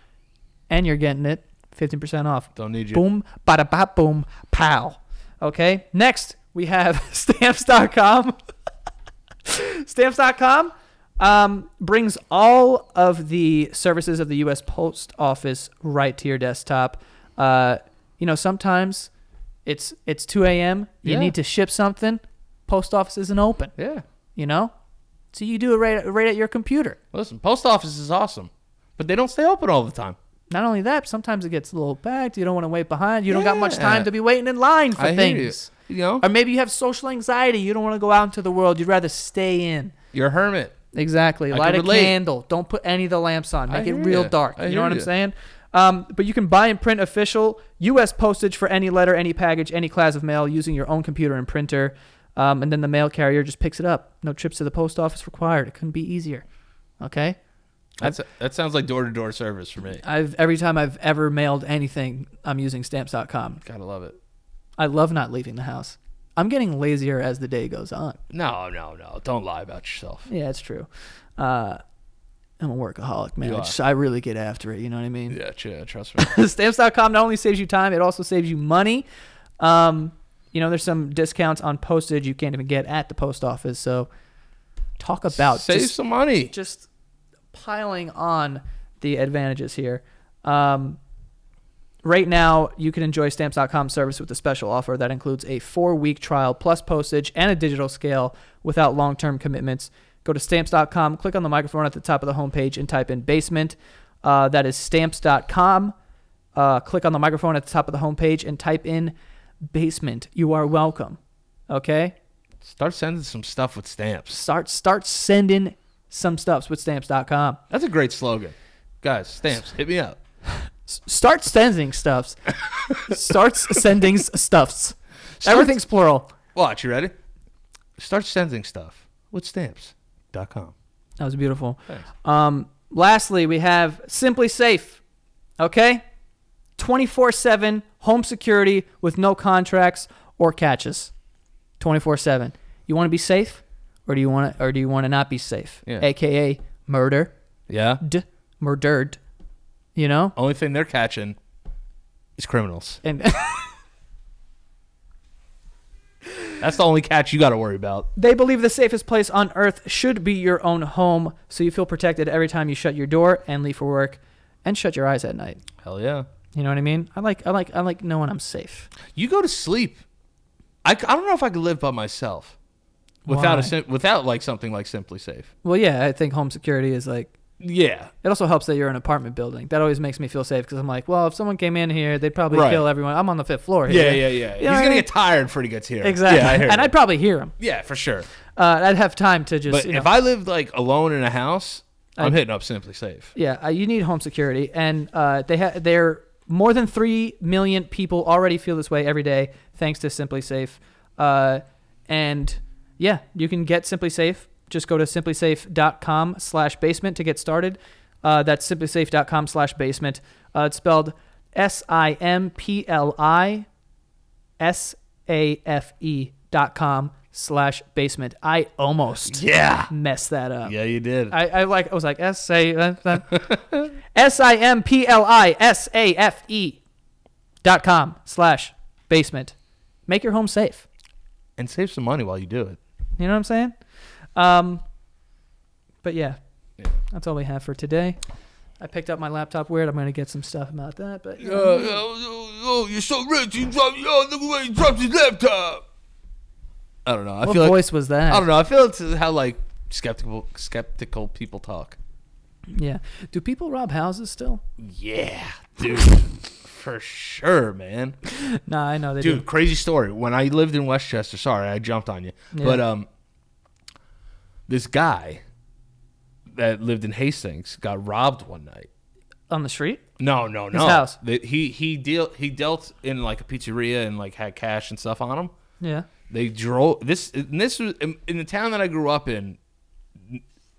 and you're getting it 15% off.
Don't need you.
Boom, bada bop, boom, pow. Okay. Next, we have stamps.com. stamps.com um, brings all of the services of the U.S. Post Office right to your desktop. Uh, you know, sometimes it's it's 2 a.m. You
Yeah.
need to ship something. Post office isn't open.
Yeah.
You know, so you do it right right at your computer.
Listen, post office is awesome, but they don't stay open all the time.
Not only that, sometimes it gets a little packed. You don't want to wait behind. You don't got much
Yeah.
time to be waiting in line for
I hear you.
things.
You know,
Or maybe you have social anxiety. You don't want to go out into the world. You'd rather stay in.
you're a hermit.
Exactly.
I
Light
can
a
relate.
candle. Don't put any of the lamps on.
I
Make it
hear
real
ya.
dark.
I
you
hear
know what I'm
ya.
saying? Um, but you can buy and print official U.S. postage for any letter, any package, any class of mail using your own computer and printer. Um, and then the mail carrier just picks it up. No trips to the post office required. It couldn't be easier. Okay?
That's, that sounds like door to door service for me.
I've Every time I've ever mailed anything, I'm using stamps.com.
Gotta love it.
I love not leaving the house. I'm getting lazier as the day goes on.
No, no, no. Don't lie about yourself.
Yeah, it's true. Uh, I'm a workaholic, man.
You
I,
are.
just, I really get after it. You know what I mean?
Yeah, yeah trust me.
Stamps.com not only saves you time, it also saves you money. Um, you know, there's some discounts on postage you can't even get at the post office. So talk about
Save
just,
some money.
just piling on the advantages here. Um, right now, you can enjoy Stamps.com service with a special offer that includes a four-week trial plus postage and a digital scale without long-term commitments. Go to Stamps.com, click on the microphone at the top of the homepage, and type in basement. Uh, that is Stamps.com. Uh, click on the microphone at the top of the homepage and type in basement. You are welcome. Okay?
Start sending some stuff with stamps.
Start start sending some stuffs with stamps.com.
That's a great slogan. Guys, stamps, hit me up.
Start sending stuffs. Starts sending s- stuffs.
Start-
Everything's plural.
Watch, you ready? Start sending stuff with stamps.com.
That was beautiful.
Thanks.
Um, lastly, we have Simply Safe. Okay? 24 7 home security with no contracts or catches. 24 7. You want to be safe or do you want to, or do you want to not be safe?
Yeah.
AKA murder.
Yeah.
D, murdered. You know?
Only thing they're catching is criminals.
And
That's the only catch you got to worry about.
They believe the safest place on earth should be your own home, so you feel protected every time you shut your door and leave for work and shut your eyes at night.
Hell yeah.
You know what I mean? I like I like I like knowing I'm safe.
You go to sleep. I, c- I don't know if I could live by myself without
Why?
a sim- without like something like Simply Safe.
Well, yeah, I think home security is like
Yeah.
it also helps that you're in an apartment building. That always makes me feel safe because I'm like, well, if someone came in here, they'd probably
Right.
kill everyone. I'm on the fifth floor
Yeah,
here.
yeah, yeah.
You
He's
know what I
gonna
mean?
get tired before he gets here.
Exactly.
Yeah, I hear
and
you.
I'd probably hear him.
yeah, for sure.
Uh, I'd have time to just.
But
you know,
if I lived like alone in a house, I'm
I-
hitting up Simply Safe.
Yeah, uh, you need home security, and uh, they ha- they're more than three million people already feel this way every day thanks to Simply Safe. Uh, and yeah, you can get Simply Safe. Just go to simplysafe.com/basement to get started. Uh, that's simplysafe.com/basement. Uh, it's spelled S I M P L I S A F E dot com slash basement. I almost
Yeah.
messed that up.
Yeah, you did.
I, I like I was like S A uh, S I M P L I S A F E dot com slash basement. Make your home safe.
and save some money while you do it.
You know what I'm saying? Um, but yeah,
Yeah.
that's all we have for today. I picked up my laptop weird. I'm gonna get some stuff about that, but
Uh, oh, oh, you're so rich. You dropped. Oh, look at you dropped his laptop. I don't know. I
what
feel
voice was
like
that?
I don't know. I feel it's how like skeptical skeptical people talk.
Yeah. Do people rob houses still?
Yeah, dude, for sure, man.
nah, I know they
Dude,
do.
crazy story. When I lived in Westchester, sorry, I jumped on you,
Yeah.
but um, this guy that lived in Hastings got robbed one night.
On the street?
No, no, no.
house.
The- he he deal he dealt in like a pizzeria and like had cash and stuff on him.
Yeah.
They drove this. And this was in, in the town that I grew up in.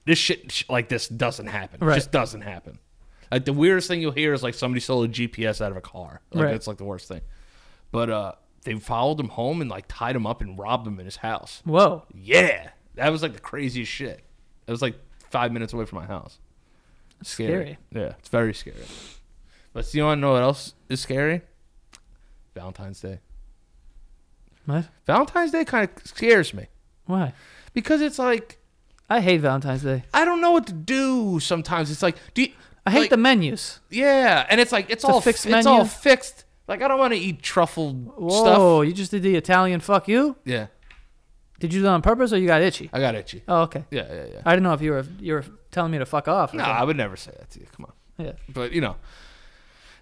This shit sh- like this doesn't happen.
Right.
It just doesn't happen. Like the weirdest thing you'll hear is like somebody stole a GPS out of a car. Like
Right.
that's like the worst thing. But uh, they followed him home and like tied him up and robbed him in his house.
Whoa.
Yeah, that was like the craziest shit. That was like five minutes away from my house.
Scary.
Yeah, it's very scary. But you want to know what else is scary? Valentine's Day.
What?
Valentine's Day kind of scares me
Why?
because it's like
I hate Valentine's Day.
I don't know what to do. Sometimes it's like, do you,
I hate
like,
the menus.
Yeah, and it's like it's,
a
all
fixed
fixed. It's all
menu?
fixed. Like I don't want to eat truffle
Whoa,
stuff.
you just did the Italian fuck you?
Yeah,
Did you do that on purpose or you got itchy?
I got itchy.
Oh, okay.
Yeah, yeah, yeah.
I didn't know if you were you were telling me to fuck off.
No, I would never say that to you. Come on.
Yeah.
But you know.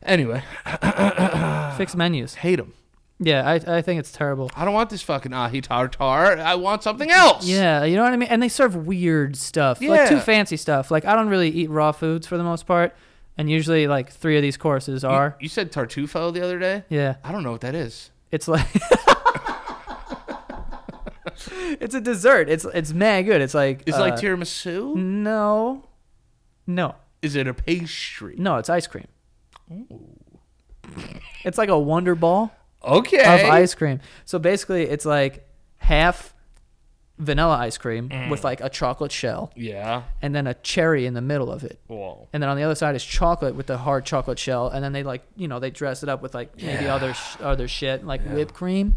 Anyway,
Fixed menus.
hate them.
Yeah, I, I think it's terrible.
I don't want this fucking ahi tartar. I want something else.
Yeah, you know what I mean? And they serve weird stuff. Like too
Yeah.
fancy stuff. Like I don't really eat raw foods for the most part. And usually like three of these courses
You-
are.
You, said tartufo the other day.
Yeah.
I don't know what that is.
It's like It's a dessert. It's it's mad good. It's like
Is it like
uh,
tiramisu?
No. No.
Is it a pastry?
No, it's ice cream. It's like a wonder ball.
Okay.
of ice cream. So basically, it's like half vanilla ice cream with like a chocolate shell
Yeah.
and then a cherry in the middle of it.
Whoa.
And then on the other side is chocolate with the hard chocolate shell, and then they like you know they dress it up with like maybe
Yeah.
other sh- other shit like whipped cream.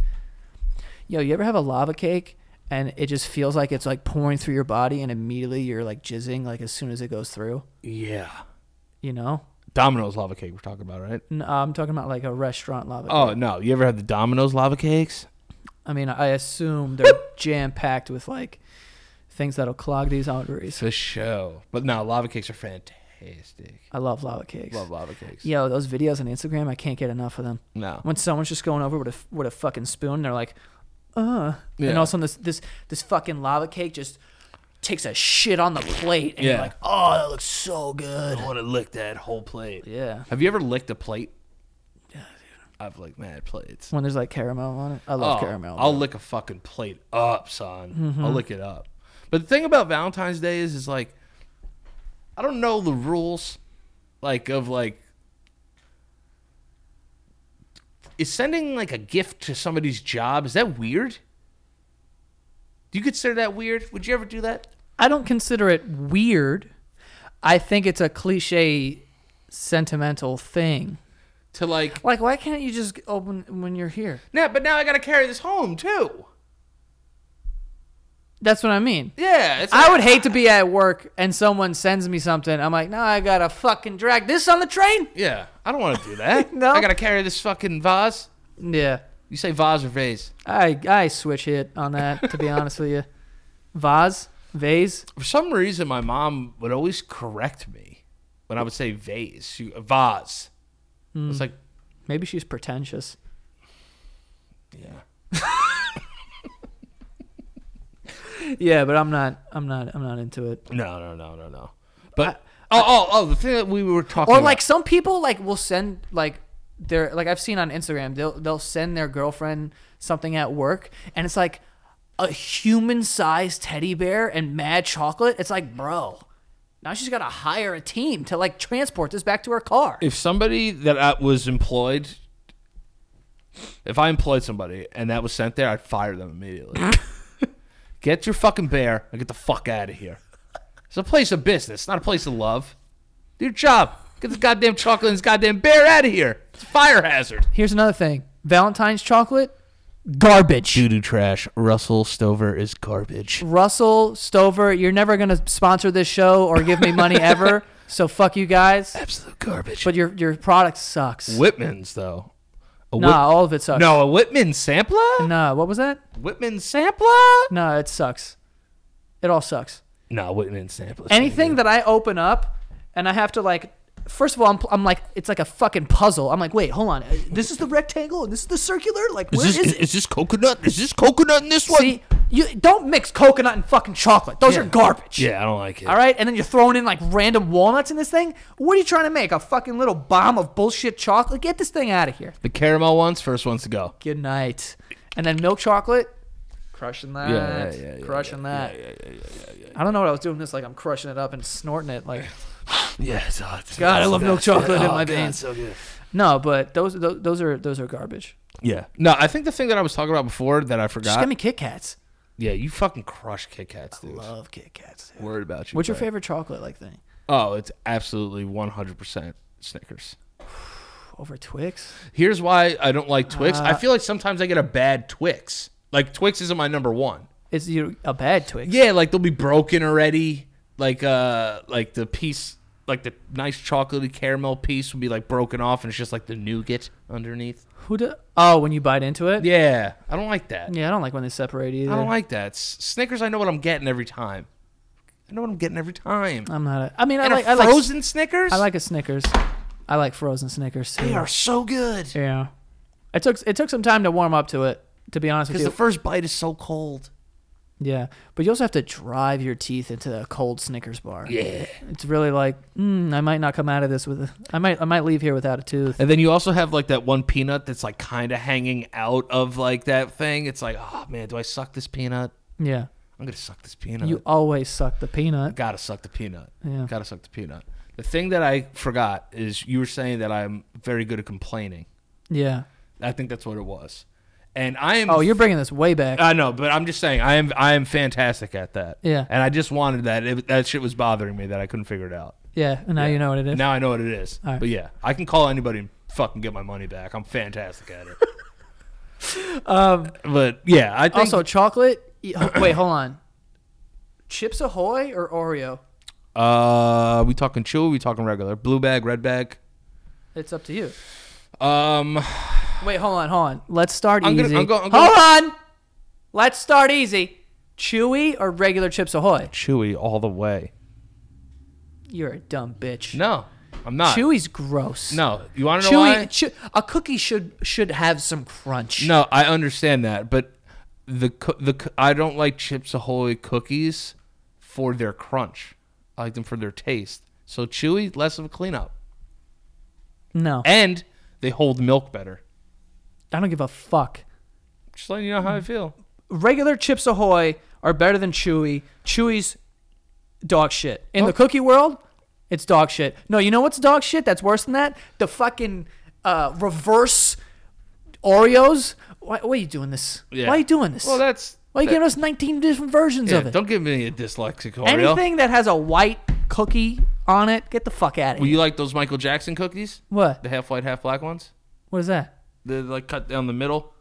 Yo, you ever have a lava cake and it just feels like it's like pouring through your body, and immediately you're like jizzing like as soon as it goes through.
Yeah.
You know,
Domino's lava cake we're talking about, right?
N- uh, I'm talking about like a restaurant lava. cake.
Oh no, you ever had the Domino's lava cakes?
I mean, I assume they're jam packed with like things that'll clog these arteries.
For sure. But no, lava cakes are fantastic.
I love lava cakes.
Love lava cakes.
Yo, those videos on Instagram, I can't get enough of them.
No.
when someone's just going over with a with a fucking spoon, and they're like, uh,
Yeah.
and all of a sudden this this this fucking lava cake just takes a shit on the plate, and
Yeah.
you're like, oh, that looks so good.
I want to lick that whole plate.
Yeah.
Have you ever licked a plate? Yeah, dude. I've licked mad plates.
When there's like caramel on it, I love
Oh,
caramel.
I'll
bro.
lick a fucking plate up, son. I'll lick it up. But the thing about Valentine's Day is, is like, I don't know the rules, like of like, is sending like a gift to somebody's job is that weird? Do you consider that weird? Would you ever do that?
I don't consider it weird. I think it's a cliche, sentimental thing.
To like,
Like, why can't you just open when you're here?
no, but now I gotta carry this home too.
That's what I mean.
Yeah, it's
I
like-
would hate to be at work and someone sends me something. I'm like, no, I gotta fucking drag this on the train.
Yeah, I don't want to do that.
No.
I gotta carry this fucking vase.
Yeah.
You say vase or vase?
I I switch hit on that to be honest with you. Vase, vase.
For some reason, my mom would always correct me when I would say vase. She, vase. It's like,
Maybe she's pretentious.
yeah,
Yeah, but I'm not. I'm not. I'm not into it.
no, no, no, no, no. But oh, oh, oh, the thing that we were talking
Or
about.
like some people like will send like their like I've seen on Instagram they'll they'll send their girlfriend something at work and it's like a human sized teddy bear and mad chocolate. It's like bro, now she's got to hire a team to like transport this back to her car.
if somebody that I was employed, if I employed somebody and that was sent there, I'd fire them immediately. get your fucking bear and get the fuck out of here. It's a place of business, not a place of love. Do your job. Get this goddamn chocolate and this goddamn bear out of here. It's a fire hazard.
Here's another thing: Valentine's chocolate, garbage.
doo trash. Russell Stover is garbage.
Russell Stover, you're never gonna sponsor this show or give me money ever. so fuck you guys.
Absolute garbage.
But your your product sucks.
Whitman's though. A
nah, all of it sucks.
Whit- no, a Whitman sampler.
Nah, what was that?
Whitman sampler.
Nah, it sucks. It all sucks.
No, Whitman sampler.
Anything that I open up and I have to like. First of all, I'm, I'm like it's like a fucking puzzle. I'm like, wait, hold on. Uh, This is the rectangle and this is the circular. Like, where is, it?
this coconut? Is this coconut in this
See, you don't mix coconut and fucking chocolate. Those are garbage.
Yeah, I don't like it.
All right, and then you're throwing in like random walnuts in this thing. What are you trying to make? A fucking little bomb of bullshit chocolate? Get this thing out of here.
The caramel ones, first ones to go.
Good night. And then milk chocolate, crushing that,
Yeah, yeah, yeah, yeah,
crushing that. I don't know what I was doing. This like I'm crushing it up and snorting it. Like
Yeah, it's hot.
God, I love milk chocolate in
Oh,
my
God,
veins.
so good.
No, but those those, those are those are garbage.
Yeah. No, I think the thing that I was talking about before that I
Just
forgot.
give me Kit Kats.
yeah, you fucking crush Kit Kats, dude.
Love Kit Kats. dude.
Worried about you.
What's your
buddy.
favorite chocolate like thing?
Oh, it's absolutely 100% Snickers.
Over Twix?
Here's why I don't like Twix.
Uh,
I feel like sometimes I get a bad Twix. Like Twix isn't my number one.
Is you a bad Twix?
Yeah, like they'll be broken already. Like uh like the piece like the nice chocolatey caramel piece will be like broken off and it's just like the nougat underneath.
Who do? Oh, when you bite into it?
Yeah. I don't like that.
Yeah, I don't like when they separate either.
I don't like that. S- Snickers I know what I'm getting every time. I know what I'm getting every time.
I'm not. A, I mean, I
and
like
a
I like
frozen Snickers?
I like a Snickers. I like frozen Snickers too.
they are so good.
Yeah. It took it took some time to warm up to it. To be honest with
Because
you,
the first bite is so cold.
yeah. But you also have to drive your teeth into a cold Snickers bar.
Yeah.
It's really like, mm, I might not come out of this with. A, I might I might leave here without a tooth.
And then you also have like that one peanut that's like kind of hanging out of like that thing. It's like, oh man, do I suck this peanut?
Yeah.
I'm gonna suck this peanut.
You always suck the peanut.
gotta suck the peanut.
Yeah.
Gotta suck the peanut. The thing that I forgot is you were saying that I'm very good at complaining.
Yeah.
I think that's what it was. and I am.
Oh, you're bringing this way back.
I know, but I'm just saying I am I am fantastic at that.
Yeah.
And I just wanted that. It, that shit was bothering me that I couldn't figure it out.
yeah, and now you know what it is.
Now I know what it is.
All right.
But yeah, I can call anybody and fucking get my money back. I'm fantastic at it.
Um,
but yeah, I think
also, chocolate. e- ho- Wait, hold on. Chips Ahoy or Oreo?
uh we talking chew, we talking regular. Blue bag, red bag.
It's up to you.
Um
Wait, hold on, hold on. Let's start
I'm gonna-
easy.
I'm go- I'm
hold on. Let's start easy. Chewy or regular Chips Ahoy?
chewy all the way.
You're a dumb bitch.
No, I'm not.
Chewy's gross.
No. You wanna know why?
Chewy. Chew- a cookie should should have some crunch.
No, I understand that, but the co- the co- I don't like Chips Ahoy cookies for their crunch. I like them for their taste. So chewy, less of a cleanup,
no.
and they hold milk better.
I don't give a fuck.
Just letting you know how I feel.
regular Chips Ahoy are better than Chewy. Chewy's dog shit. In
Oh.
the cookie world, it's dog shit. No, you know what's dog shit? That's worse than that. The fucking uh, reverse Oreos. Why, why are you doing this?
Yeah.
Why are you doing this?
Well, that's
why are you
that-
giving us 19 different versions
yeah,
of it?
Don't give me a dyslexic Oreo.
Anything that has a white cookie on it, get the fuck out of
Well,
here.
you like those Michael Jackson cookies?
what?
The half white, half black ones?
What is that?
They're like cut down the middle.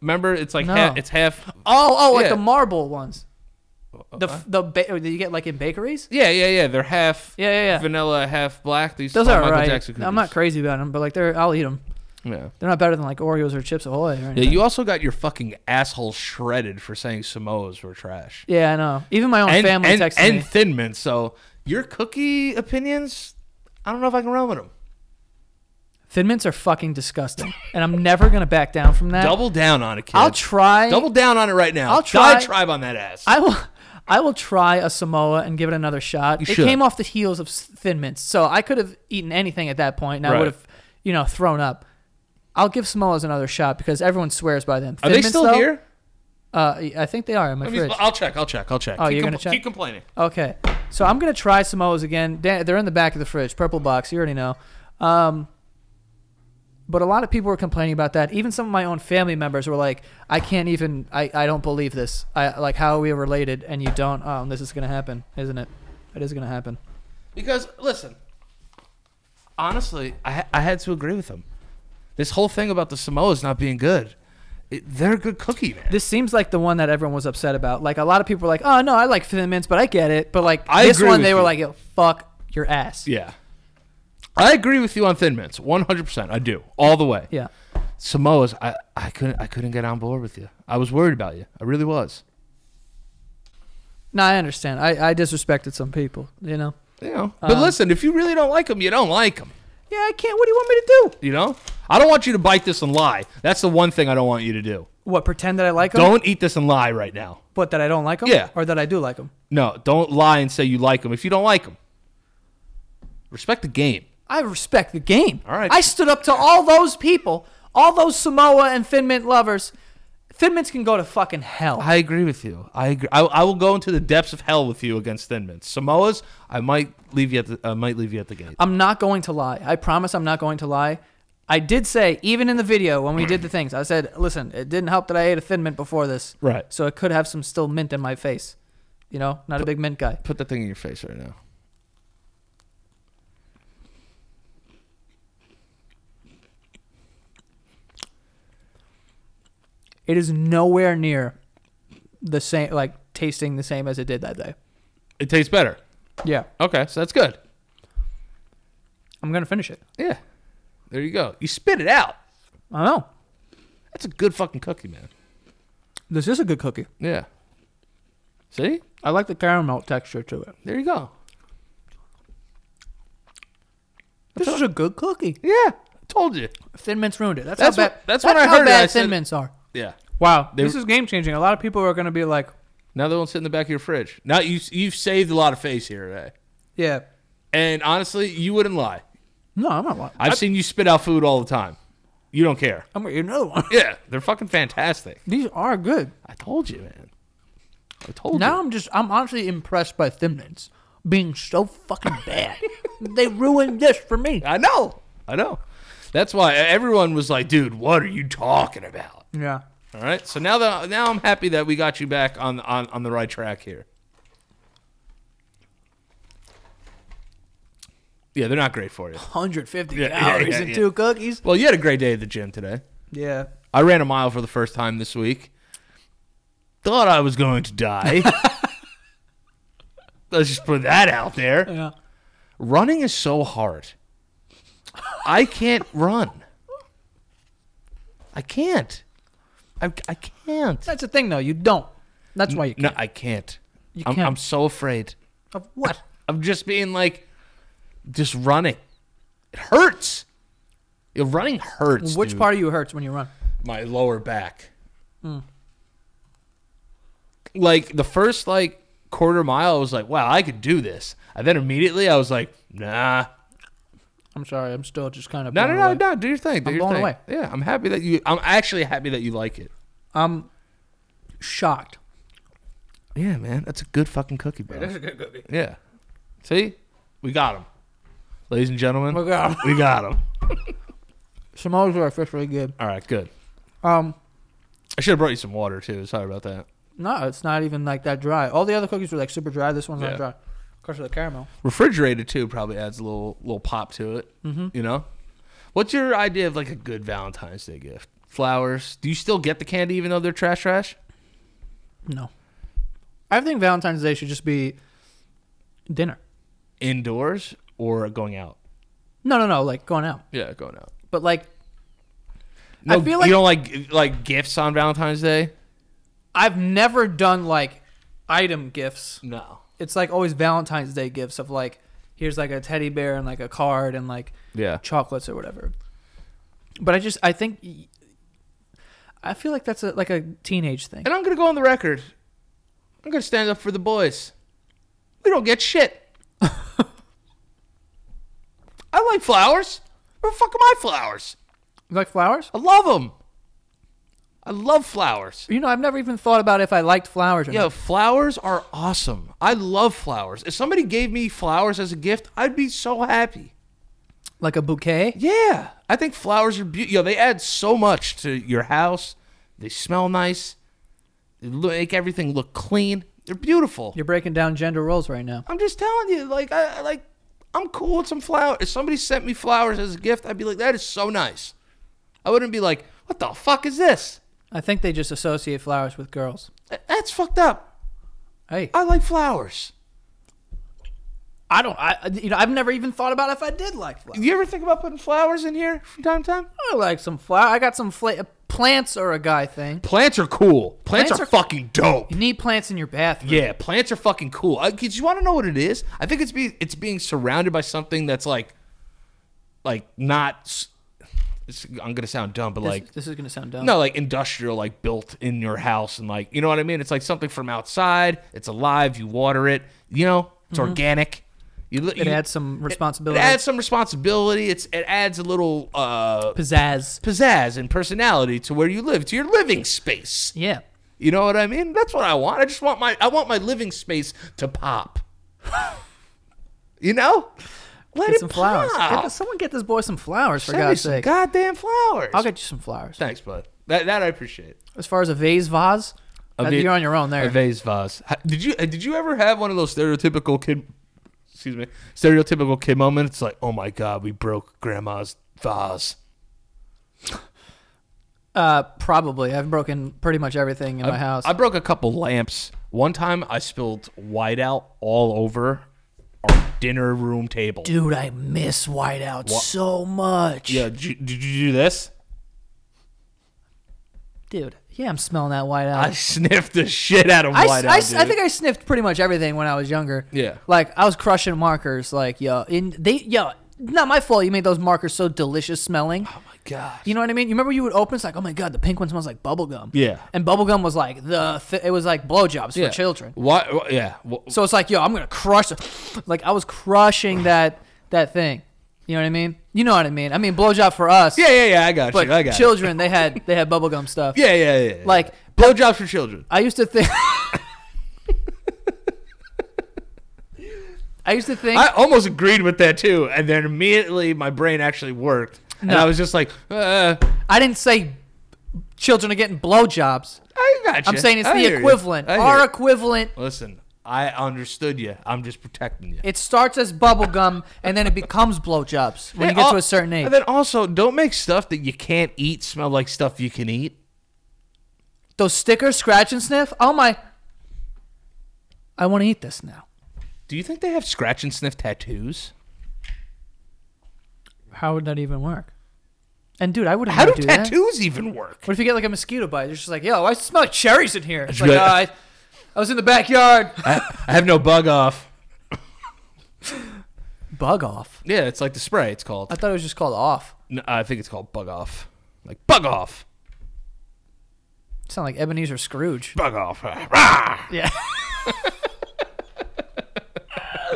Remember, it's like
No.
half, it's half.
Oh, oh, like
Yeah. Uh-huh.
the marble ones. The f the ba- that you get like in bakeries.
Yeah, yeah, yeah. They're half
Yeah, yeah, yeah.
vanilla, half black. These
Those
are
are
Michael
alright.
Jackson cookies.
I'm not crazy about them, but like they're, I'll eat them.
Yeah.
They're not better than like Oreos or Chips Ahoy or anything.
Yeah, you also got your fucking asshole shredded for saying Samoas were trash.
Yeah, I know. Even my own
and
family
and,
texted
and
me.
Thin Mints. So your cookie opinions, I don't know if I can run with them.
Thin mints are fucking disgusting, and I'm never gonna back down from that.
Double down on it, kid.
I'll try.
Double down on it right now.
I'll try-
Die tribe on that ass.
I will. I will try a Samoa and give it another shot. it
should.
came off the heels of s- Thin Mints, so I could have eaten anything at that point, and I
Right.
would have, you know, thrown up. I'll give Samoas another shot because everyone swears by them.
Are
Thin
they
Mints,
still
though,
here?
Uh, I think they are in my
Let me,
fridge.
I'll check. I'll check. I'll check.
Oh,
keep
you're gonna check?
Keep complaining.
Okay, so I'm gonna try Samoa's again. Dan- They're in the back of the fridge, purple box. You already know. Um, but a lot of people were complaining about that. Even some of my own family members were like, "I can't even. I, I don't believe this. I like how are we related, and you don't. Oh, and this is gonna happen, isn't it? It is gonna happen.
Because listen, honestly, I ha- I had to agree with him. This whole thing about the Samoas not being good, it, they're a good cookie, man.
This seems like the one that everyone was upset about. Like a lot of people were like, "Oh no, I like thin mints, but I get it. But like
I
this
agree
one,
with
they were
you.
like, Yo, fuck your ass.
Yeah. I agree with you on Thin Mints, one hundred percent. I do all the way.
yeah.
Samoa's, I, I couldn't I couldn't get on board with you. I was worried about you. I really was.
No, I understand. I, I disrespected some people. You know.
You know. But
Um,
listen, if you really don't like them, you don't like them.
Yeah, I can't. What do you want me to do?
You know. I don't want you to bite this and lie. That's the one thing I don't want you to do.
What pretend that I like them?
Don't eat this and lie right now.
What that I don't like them?
Yeah.
Or that I do like them?
No, don't lie and say you like them if you don't like them. Respect the game.
I respect the game.
All right.
I stood up to all those people, all those Samoa and Thin Mint lovers. Thin Mints can go to fucking hell.
I agree with you. I agree. I, I will go into the depths of hell with you against Thin Mints. Samoa's, I might leave you at the, I might leave you at the gate.
I'm not going to lie. I promise I'm not going to lie. I did say, even in the video when we did the things, I said, listen, it didn't help that I ate a Thin Mint before this.
Right.
So it could have some still mint in my face. You know, not a big mint guy.
Put that thing in your face right now.
It is nowhere near the same, like tasting the same as it did that day.
It tastes better.
Yeah.
Okay, so that's good.
I'm going to finish it.
Yeah. There you go. You spit it out.
I know.
That's a good fucking cookie, man.
This is a good cookie.
Yeah. See?
I like the caramel texture to it.
There you go.
This is a good cookie.
Yeah. Told you.
Thin Mints ruined it. That's,
That's
how bad.
what- that's when I
how
heard it.
bad
I
Thin
said-
Mints are.
Yeah.
Wow,
They-
this is game changing. A lot of people are going to be like,
Now they won't sit in the back of your fridge. Now you you've saved a lot of face here today.
"Yeah,
And honestly, you wouldn't lie.
no, I'm not lying.
I've seen you spit out food all the time. You don't care.
I'm going to eat another one.
Yeah, they're fucking fantastic.
These are good."
I told you, man. I told
Now
you.
I'm just, I'm honestly impressed by Thin Mints being so fucking bad. they ruined this for me.
I know. I know. That's why everyone was like, "Dude, what are you talking about?"
Yeah.
All right. So now that now I'm happy that we got you back on on, on the right track here. Yeah, they're not great for you.
150
Yeah, yeah,
calories
yeah,
and
yeah.
two cookies.
Well, you had a great day at the gym today.
Yeah.
I ran a mile for the first time this week. Thought I was going to die. Let's just put that out there.
Yeah.
Running is so hard. I can't run. I can't. I, I can't.
That's the thing, though. You don't. That's why you
No,
can't.
I can't.
You
I'm,
can't.
I'm so afraid.
Of what?
I'm just being like, just running. It hurts. Yeah, running hurts.
Which
dude.
part of you hurts when you run?
my lower back. Hmm. Like the first like quarter mile, I was like, "Wow, I could do this." And then immediately, I was like, "Nah,
I'm sorry. I'm still just kind of.
no, no,
blown
no,
away.
no. Do your thing. Do
I'm
your
blown
thing."
away.
Yeah, I'm happy that you. I'm actually happy that you like it.
I'm shocked.
Yeah, man, that's a good fucking cookie, bro. Yeah, see, we got him, ladies and gentlemen.
Look out.
We got him.
Samoa's are officially good.
All right, good.
Um,
I should have brought you some water too. Sorry about that.
no, it's not even like that dry. All the other cookies were like super dry. This one's
Yeah.
not dry. Of course, with the caramel.
refrigerated too probably adds a little little pop to it. You know, what's your idea of like a good Valentine's Day gift? Flowers? Do you still get the candy even though they're trash trash?
No, I think Valentine's Day should just be dinner.
Indoors or going out?
No, no, no, like going out.
Yeah, going out.
But like,
No,
I feel like
you don't like like gifts on Valentine's Day.
I've never done like item gifts.
No.
It's like always Valentine's Day gifts of like, here's like a teddy bear and like a card and like
Yeah.
chocolates or whatever. But I just I think I feel like that's a like a teenage thing.
And I'm gonna go on the record. I'm gonna stand up for the boys. We don't get shit. I like flowers. Where the fuck are my flowers?
You like flowers?
I love them. I love flowers.
You know, I've never even thought about if I liked flowers or
Yo,
not.
flowers are awesome. I love flowers. If somebody gave me flowers as a gift, I'd be so happy.
Like a bouquet.
Yeah, I think flowers are beautiful. Yo, they add so much to your house. They smell nice. They lo- make everything look clean. They're beautiful.
You're breaking down gender roles right now.
I'm just telling you, like, I I- like, I'm cool with some flowers. If somebody sent me flowers as a gift, I'd be like, that is so nice. I wouldn't be like, what the fuck is this?
I think they just associate flowers with girls.
Th- That's fucked up.
Hey,
I like flowers.
I don't. I you know I've never even thought about if I did like flowers.
You ever think about putting flowers in here from time to time?
I like some flower. I got some fla- plants are a guy thing.
Plants are cool. Plants,
Plants
are,
are-
fucking dope.
You need plants in your bathroom.
Yeah, plants are fucking cool. I, 'cause you want to know what it is? I think it's be it's being surrounded by something that's like, like not. s- It's, I'm gonna sound dumb, but
This,
like
this is gonna sound dumb.
no, like industrial, like built in your house, and like you know what I mean. It's like something from outside. It's alive. You water it. You know, it's organic. You, li-
it
you-
adds some
Mm-hmm. it
responsibility,
adds some responsibility. It's it adds a little uh,
pizzazz.
pizzazz and personality to where you live, to your living space.
Yeah,
You know what I mean? That's what I want. I just want my I want my living space to pop. you know? Let
get
it
some flowers. Get
pop.
this- someone get this boy some flowers for
Send me
God's
some
sake.
goddamn flowers.
I'll get you some flowers.
Thanks, bud. That that I appreciate.
As far as a vase vase,
A
that-
va-
you're on your own there.
A vase vase. Ha- Did you uh, did you ever have one of those stereotypical kid excuse me, stereotypical kid moments It's like, "Oh my god, we broke grandma's vase."
Uh, probably. I've broken pretty much everything in my house.
I broke a couple lamps. One time I spilled whiteout all over our dinner room table.
Dude, I miss whiteout so much.
Yeah, did you, did you do this?
Dude, yeah, I'm smelling that whiteout.
I sniffed the shit out of
I,
whiteout.
I- I
dude.
think I sniffed pretty much everything when I was younger.
Yeah.
Like I was crushing markers. Like yo, in they yo, not my fault. You made those markers so delicious smelling.
oh my god.
You know what I mean? You remember you would open it's like, oh my god, the pink one smells like bubble gum.
Yeah.
And bubble gum was like the th- it was like blowjobs for children.
Why? wh- Yeah. wh-
So it's like yo, I'm gonna crush. the- Like I was crushing that that thing. You know what I mean? You know what I mean? I mean blowjob for us.
yeah, yeah, yeah. I got
But
you. I got you.
children, they had they had bubble gum stuff.
Yeah, yeah, yeah. yeah.
Like
blowjobs for children.
I used to think. I used to think.
I almost agreed with that too, and then immediately my brain actually worked, And I was just like, uh,
I didn't say children are getting blowjobs.
I got
I'm saying it's the equivalent. Our
Or
equivalent.
Listen, I understood you. I'm just protecting you.
It starts as bubble gum and then it becomes blowjobs when you
And
get
al-
to a certain age.
And then also, don't make stuff that you can't eat smell like stuff you can eat.
Those stickers, scratch and sniff. Oh my! I want to eat this now.
Do you think they have scratch and sniff tattoos?
How would that even work? And dude, I would
How
have
do
do that.
tattoos even work?
What if you get like a mosquito bite? It's just like, yo, I smell like cherries in here. It's
Should
like,
be
"Oh,
like-
I, I was in the backyard.
I, I have no bug off.
Bug off.
Yeah, it's like the spray. It's called.
I thought it was just called off.
No, I think it's called bug off. Like bug off,
Sound like Ebenezer Scrooge.
bug off. Rah!
Yeah.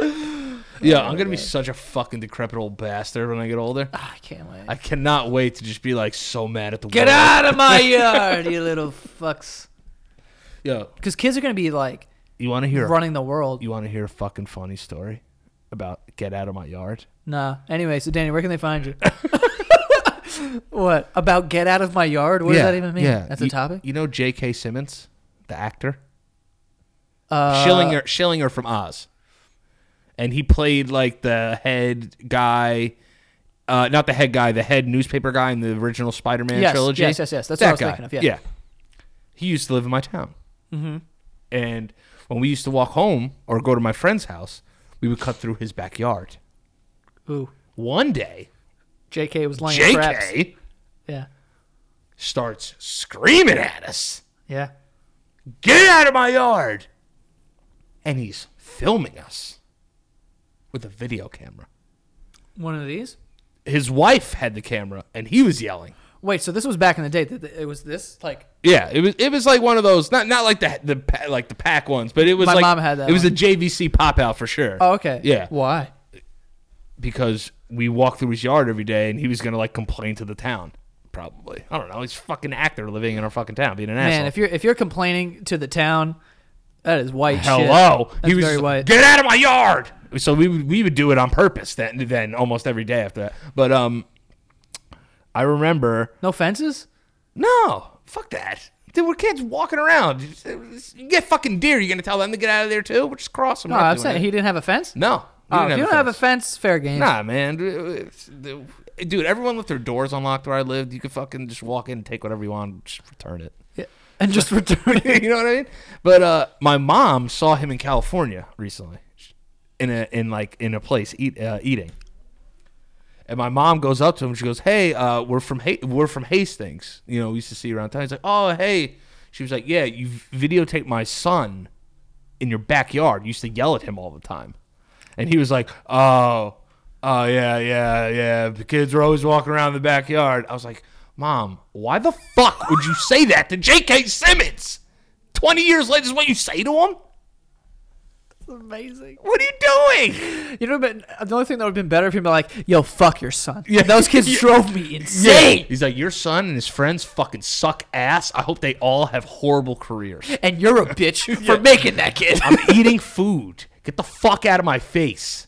Oh,
Yeah, I'm gonna be such a fucking decrepit old bastard when I get older.
I can't wait.
I cannot wait to just be like so mad at the
Get
world.
out of my yard, you little fucks.
Yo,
Because kids are gonna be like
you want to hear?
running the world.
You want to hear a fucking funny story about get out of my yard?
Nah. Anyway, so Danny, where can they find you? what about get out of my yard? What does that even mean? That's a
You-
topic.
You know J.K. Simmons, the actor,
Uh,
Schillinger, Schillinger from Oz, and he played like the head guy. Uh, not the head guy, the head newspaper guy in the original Spider-Man
Yes,
trilogy.
yes, yes, yes. That's
That
what I was
guy.
thinking of, yeah.
yeah, he used to live in my town, mm-hmm. and when we used to walk home or go to my friend's house, we would cut through his backyard.
Ooh.
One day,
J.K. was lying
J.K.
traps. Yeah.
starts screaming at us,
Yeah.
Get out of my yard! And he's filming us with a video camera.
One of these.
His wife had the camera and he was yelling.
Wait, so this was back in the day. Th- th- It was this like
Yeah, it was it was like one of those not not like the the pa- like the pack ones, but it was
My
like
mom had that
it was
one.
a JVC pop out for sure.
Oh, okay.
Yeah.
Why?
because we walked through his yard every day and he was gonna like complain to the town probably. I don't know. He's a fucking actor living in our fucking town, being an
Man,
asshole.
if you're if you're complaining to the town, that is white shit.
Hello.
That's
he was
very
just
white.
like, get out of my yard. So we would we would do it on purpose then then almost every day after that. But um I remember
No fences?
no, fuck that. There were kids walking around. You get fucking deer, you're gonna tell them to get out of there too? We're just crossing.
No,
We're not
Oh, I'm
doing
saying
it.
he didn't have a fence.
No. we
Oh,
didn't
if you
a
don't have a
fence.
fence, fair game.
Nah, man. It's- the- Dude, everyone left their doors unlocked where I lived. You could fucking just walk in and take whatever you want, just return it.
Yeah. And just return it.
you know what I mean? But uh, my mom saw him in California recently, in a in like in a place eat, uh, eating. And my mom goes up to him. She goes, "Hey, uh, we're from ha- we're from Hastings. You know, we used to see you around town." He's like, "Oh, hey." She was like, "Yeah, you videotape my son in your backyard." You used to yell at him all the time, and he was like, "Oh, oh yeah, yeah, yeah." The kids were always walking around the backyard. I was like, "Mom, why the fuck would you say that to J.K. Simmons? Twenty years later, is what you say to him?
Amazing.
What are you doing?"
You know, but the only thing that would have been better if he'd been like, "Yo, fuck your son." Yeah.
Yeah.
Those kids
Yeah.
drove me insane.
He's like, your son and his friends fucking suck ass. I hope they all have horrible careers.
And you're a bitch for making that kid.
I'm eating food. Get the fuck out of my face.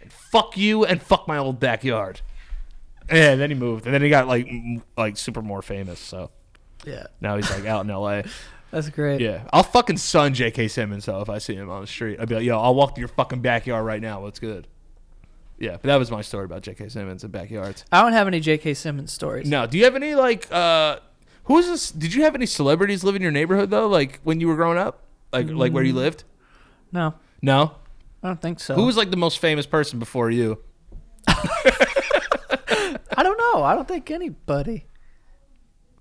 And fuck you and fuck my old backyard. Yeah, and then he moved, and then he got like m- like super more famous. So
yeah.
now he's like out in L.A.
That's great.
Yeah, I'll fucking son J.K. Simmons though if I see him on the street. I'd be like, yo, I'll walk to your fucking backyard right now. What's good? Yeah, but that was my story about J.K. Simmons and backyards.
I don't have any J.K. Simmons stories.
No. Do you have any like uh who was this did you have any celebrities live in your neighborhood though? Like when you were growing up? Like like where you lived?
No,
No?
I don't think so.
Who was like the most famous person before you?
I don't know. I don't think anybody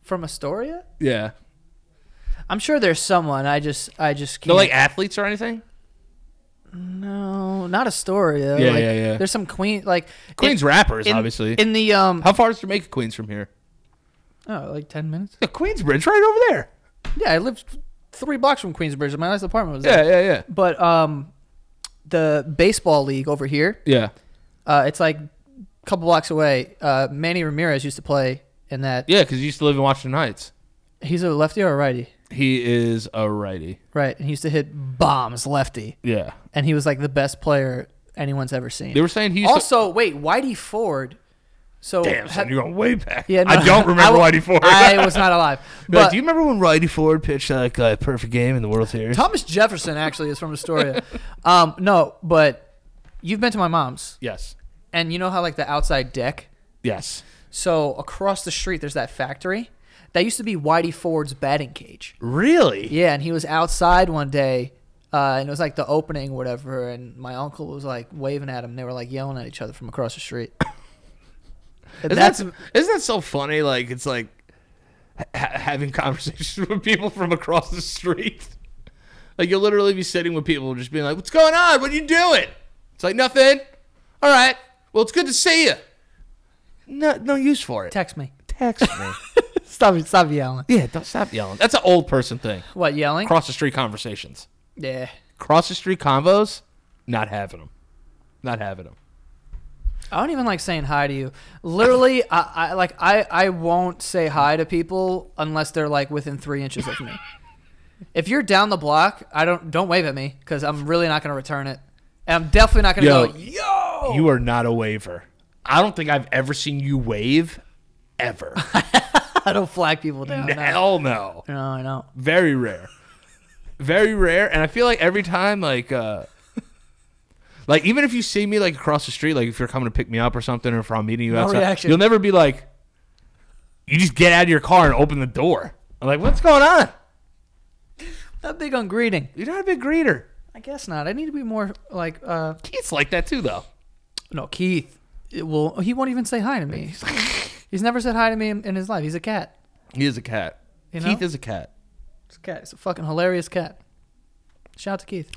from Astoria.
Yeah.
I'm sure there's someone. I just, I just can't.
No like athletes or anything?
no, not Astoria.
Yeah,
like,
yeah, yeah.
There's some Queen, like
Queens
in-
rappers,
in-
obviously.
in the um.
How far is Jamaica Queens from here?
Oh, like ten minutes.
Yeah, Queensbridge, right over there.
Yeah, I lived three blocks from Queensbridge. My last apartment was
Yeah,
there.
yeah, yeah.
But um, the baseball league over here,
Yeah.
uh, it's like a couple blocks away. Uh, Manny Ramirez used to play in that.
Yeah, because you used to live in Washington Heights.
He's a lefty or a righty,
He is a righty.
right? And he used to hit bombs lefty,
Yeah.
and he was like the best player anyone's ever seen.
They were saying he used to
also, wait, Whitey Ford So
Damn,
ha-
son, you're going way back.
Yeah, no.
I don't remember
I
Whitey Ford.
I was not alive.
Be like,
But
do you remember when Whitey Ford pitched that guy a perfect game in the World Series?
Thomas Jefferson actually is from Astoria. um, no, but you've been to my mom's,
yes.
and you know how like the outside deck.
Yes.
So across the street, there's that factory that used to be Whitey Ford's batting cage.
Really?
Yeah, and he was outside one day, uh, and it was like the opening, or whatever. And my uncle was like waving at him. And they were like yelling at each other from across the street. And
Isn't
that's
that, isn't that so funny? Like it's like ha- having conversations with people from across the street. Like you'll literally be sitting with people, just being like, "What's going on? What are you doing?" It's like nothing. All right. Well, it's good to see you. No, no use for it.
text me.
Text me.
Stop it! Stop yelling.
yeah, don't stop yelling. That's an old person thing.
What yelling?
Cross the street conversations.
yeah.
Cross the street convos. Not having them. Not having them.
I don't even like saying hi to you. Literally, I, I like I, I won't say hi to people unless they're like within three inches of me. if you're down the block, I don't don't wave at me because I'm really not gonna return it, and I'm definitely not gonna
Yo.
go. Yo,
You are not a waver. I don't think I've ever seen you wave, ever.
I don't flag people down. No,
Hell no.
no, I don't.
Very rare. Very rare. And I feel like every time, like, uh, like even if you see me like across the street, like if you're coming to pick me up or something, or if I'm meeting you outside,
reaction.
you'll never be like, you just get out of your car and open the door. I'm like, what's going on?
Not big on greeting.
You're not a big greeter.
I guess not. I need to be more like uh
Keith's like that too, though.
no Keith. It will he won't even say hi to me. He's never said hi to me in, in his life. He's a cat.
He is a cat.
You
Keith
know?
is a cat.
He's a cat. He's a fucking hilarious cat. Shout out to Keith.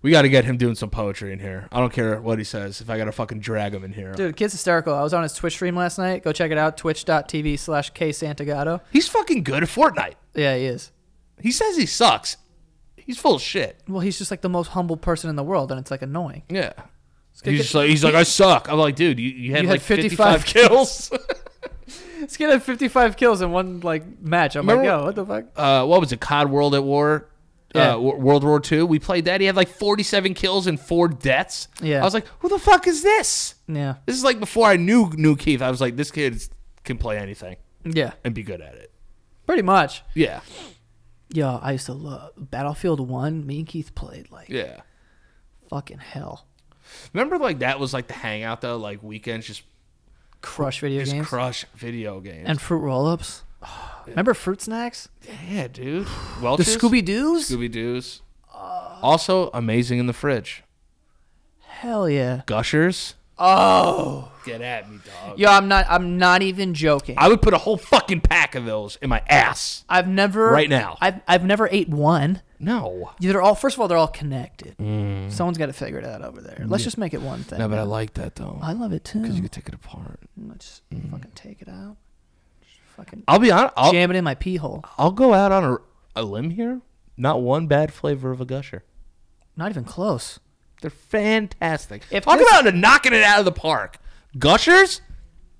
We got to get him doing some poetry in here. I don't care what he says. If I got to fucking drag him in here,
Dude, kid's hysterical. I was on his Twitch stream last night. Go check it out. Twitch.tv slash ksantagato.
he's fucking good at Fortnite.
Yeah, he is.
He says he sucks. He's full of shit.
Well, he's just like the most humble person in the world, and it's like annoying.
Yeah.
good
He's
to-
just like he's like I suck. I'm like, dude, you, you had
You had
like
55
55, kills.
This kid had 55 kills in one like match. I'm like,
Remember-
yo, what the fuck?
uh, what was it? COD World at War,
Yeah.
uh, Wo- World War Two. We played that. He had like 47 kills and four deaths.
Yeah.
I was like, who the fuck is this?
Yeah,
This is like before I knew knew Keith. I was like, this kid can play anything
yeah,
and be good at it.
pretty much.
Yeah.
Yo, I used to love Battlefield One. Me and Keith played like
Yeah.
fucking hell.
Remember, like that was like the hangout though. Like weekends, just
Crush video
just
games
crush video games.
and fruit roll-ups. Remember fruit snacks?
yeah, dude.
The
Welch's,
Scooby Doo's?
Scooby Doo's. also amazing in the fridge.
Hell yeah.
Gushers.
Oh,
Get at me, dog.
yo, I'm not. I'm not even joking.
I would put a whole fucking pack of those in my ass.
I've never
Right now.
I've I've never ate one.
No.
Yeah, They're all first of all, they're all connected. Someone's got to figure it out over there. Let's just make it one thing.
Mm. No, but I like that though.
I love it too.
Because you Mm. could take it apart.
Let's fucking take it out. Just fucking
I'll be honest. I'll,
jam it in my pee hole.
I'll go out on a, a limb here. Not one bad flavor of a gusher.
Not even close.
They're fantastic.
If
Talk
this-
about knocking it out of the park. Gushers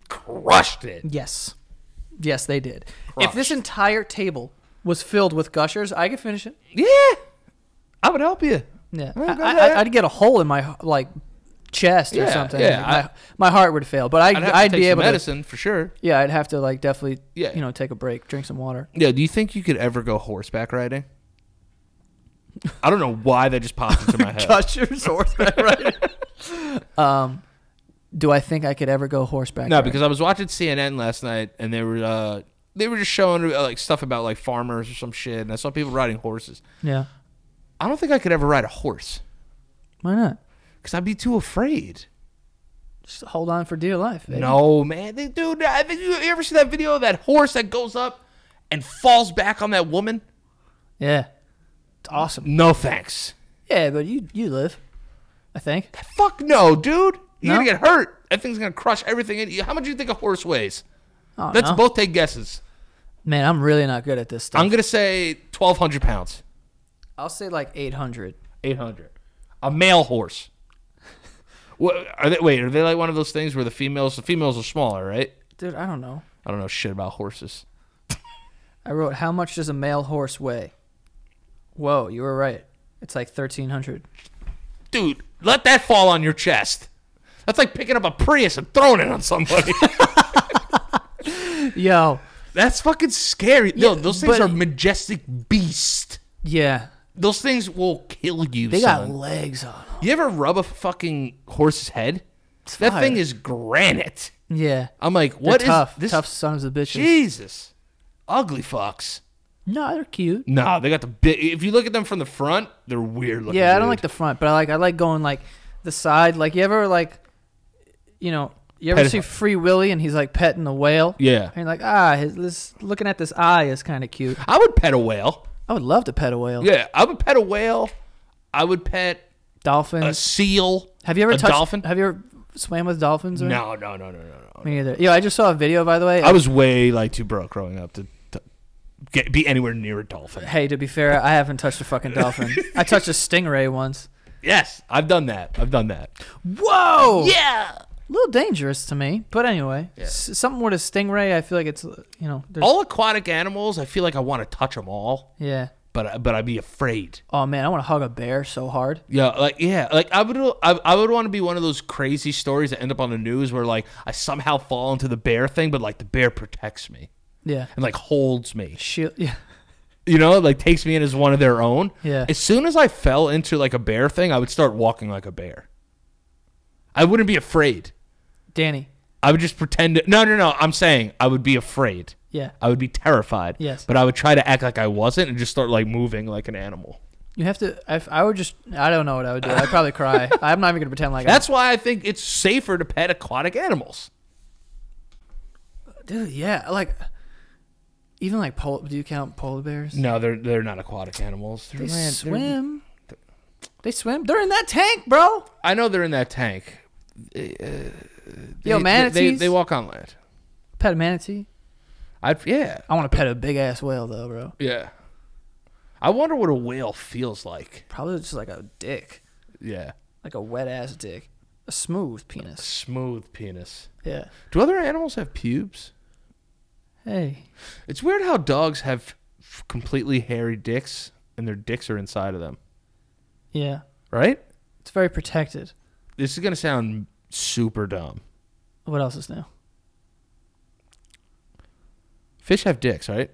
crushed it.
Yes, yes, they did. If this entire table was filled with gushers, I could finish it.
Yeah. I would help you.
Yeah,
Yeah, go
I,
ahead.
I, would get a hole in my like chest or
Yeah,
something.
yeah,
my,
I-
my heart would fail, but I
I'd
would
have
I'd
to take
be
some
able to.
medicine for sure.
Yeah, I'd have to like definitely.
Yeah.
you know, take a break, drink some water.
Yeah, do you think you could ever go horseback riding? I don't know why that just popped into my head.
Gushers horseback riding. um, do I think I could ever go horseback?
No,
riding?
because I was watching CNN last night and they were uh, they were just showing uh, like stuff about like farmers or some shit, and I saw people riding horses.
yeah,
I don't think I could ever ride a horse
why not?
because I'd be too afraid.
Just hold on for dear life. baby.
No, man, they, dude. I think you, you ever see that video of that horse that goes up and falls back on that woman?
yeah, it's awesome.
No, thanks.
Yeah, but you you live, I think.
Fuck no, dude. You're
No?
gonna get hurt. That thing's gonna crush everything in you. How much do you think a horse weighs?
Oh,
Let's
no.
both take guesses.
Man, I'm really not good at this stuff.
I'm gonna say 1,200 pounds.
I'll say like 800.
800. A male horse. What are they? Wait, are they like one of those things where the females the females are smaller, right?
Dude, I don't know.
I don't know shit about horses.
I wrote, how much does a male horse weigh? Whoa, you were right. It's like 1300.
Dude, let that fall on your chest. That's like picking up a Prius and throwing it on somebody.
Yo.
That's fucking scary. no,
Yeah,
those things
but-
are majestic beast.
Yeah.
Those things will kill you.
They got
son.
legs on 'em.
You ever rub a fucking horse's head? that
fire.
thing is granite.
Yeah.
I'm
They're
like, what is
tough.
this?
Tough sons of bitches.
Jesus, ugly fox.
No, they're cute.
No, they got the big. If you look at them from the front, they're weird looking.
Yeah, I don't
dude.
like the front, but I like I like going like the side. Like you ever like, you know, you ever
Pet-
see Free Willy and he's like petting the whale.
Yeah.
And you're like, ah, his, this looking at this eye is kind of cute.
I would pet a whale.
I would love to pet a whale.
Yeah, I would pet a whale. I would pet a
Dolphins.
seal.
have you ever
a
touched
dolphin?
Have you ever swam with dolphins? Or
No, no, no, no, no, no.
Me neither. Yeah, I just saw a video by the way.
I was way like too broke growing up to, to get, be anywhere near a dolphin.
Hey, to be fair, I haven't touched a fucking dolphin. I touched a stingray once.
Yes, I've done that. I've done that.
Whoa!
Yeah.
A little dangerous to me, but anyway, s- something with a stingray, I feel like it's uh, you know, there's,
All aquatic animals, I feel like I want to touch them all,
yeah.
but I- but I'd be afraid.
Oh man, I want to hug a bear so hard.
Yeah, like yeah, like I would I, I would want to be one of those crazy stories that end up on the news where like I somehow fall into the bear thing, but like the bear protects me
Yeah.
and like holds me.
Shield. Yeah.
you know, like takes me in as one of their own.
Yeah.
As soon as I fell into like a bear thing, I would start walking like a bear. I wouldn't be afraid.
Danny.
I would just pretend. To, no, no, no. I'm saying I would be afraid.
Yeah.
I would be terrified.
Yes.
But I would try to act like I wasn't and just start like moving like an animal.
You have to. I, I would just. I don't know what I would do. I'd probably cry. I'm not even gonna pretend like
That's why I think it's safer to pet aquatic animals.
I, dude. Yeah. Like. Even like pol- do you count polar bears?
No, they're they're not aquatic animals. They're
They
land- they're-
swim. They swim. They're in that tank, bro.
I know they're in that tank. Uh,
Yo,
They-
manatees.
They, they, they walk on land.
Pet a manatee.
I yeah
I want to pet a big ass whale though, bro.
yeah. I wonder what a whale feels like.
Probably just like a dick,
Yeah.
like a wet ass dick, a smooth penis.
smooth penis.
Yeah.
Do other animals have pubes?
Hey.
It's weird how dogs have f- completely hairy dicks and their dicks are inside of them,
Yeah.
right?
It's very protected.
This is going to sound super dumb.
What else is new?
Fish have dicks, right?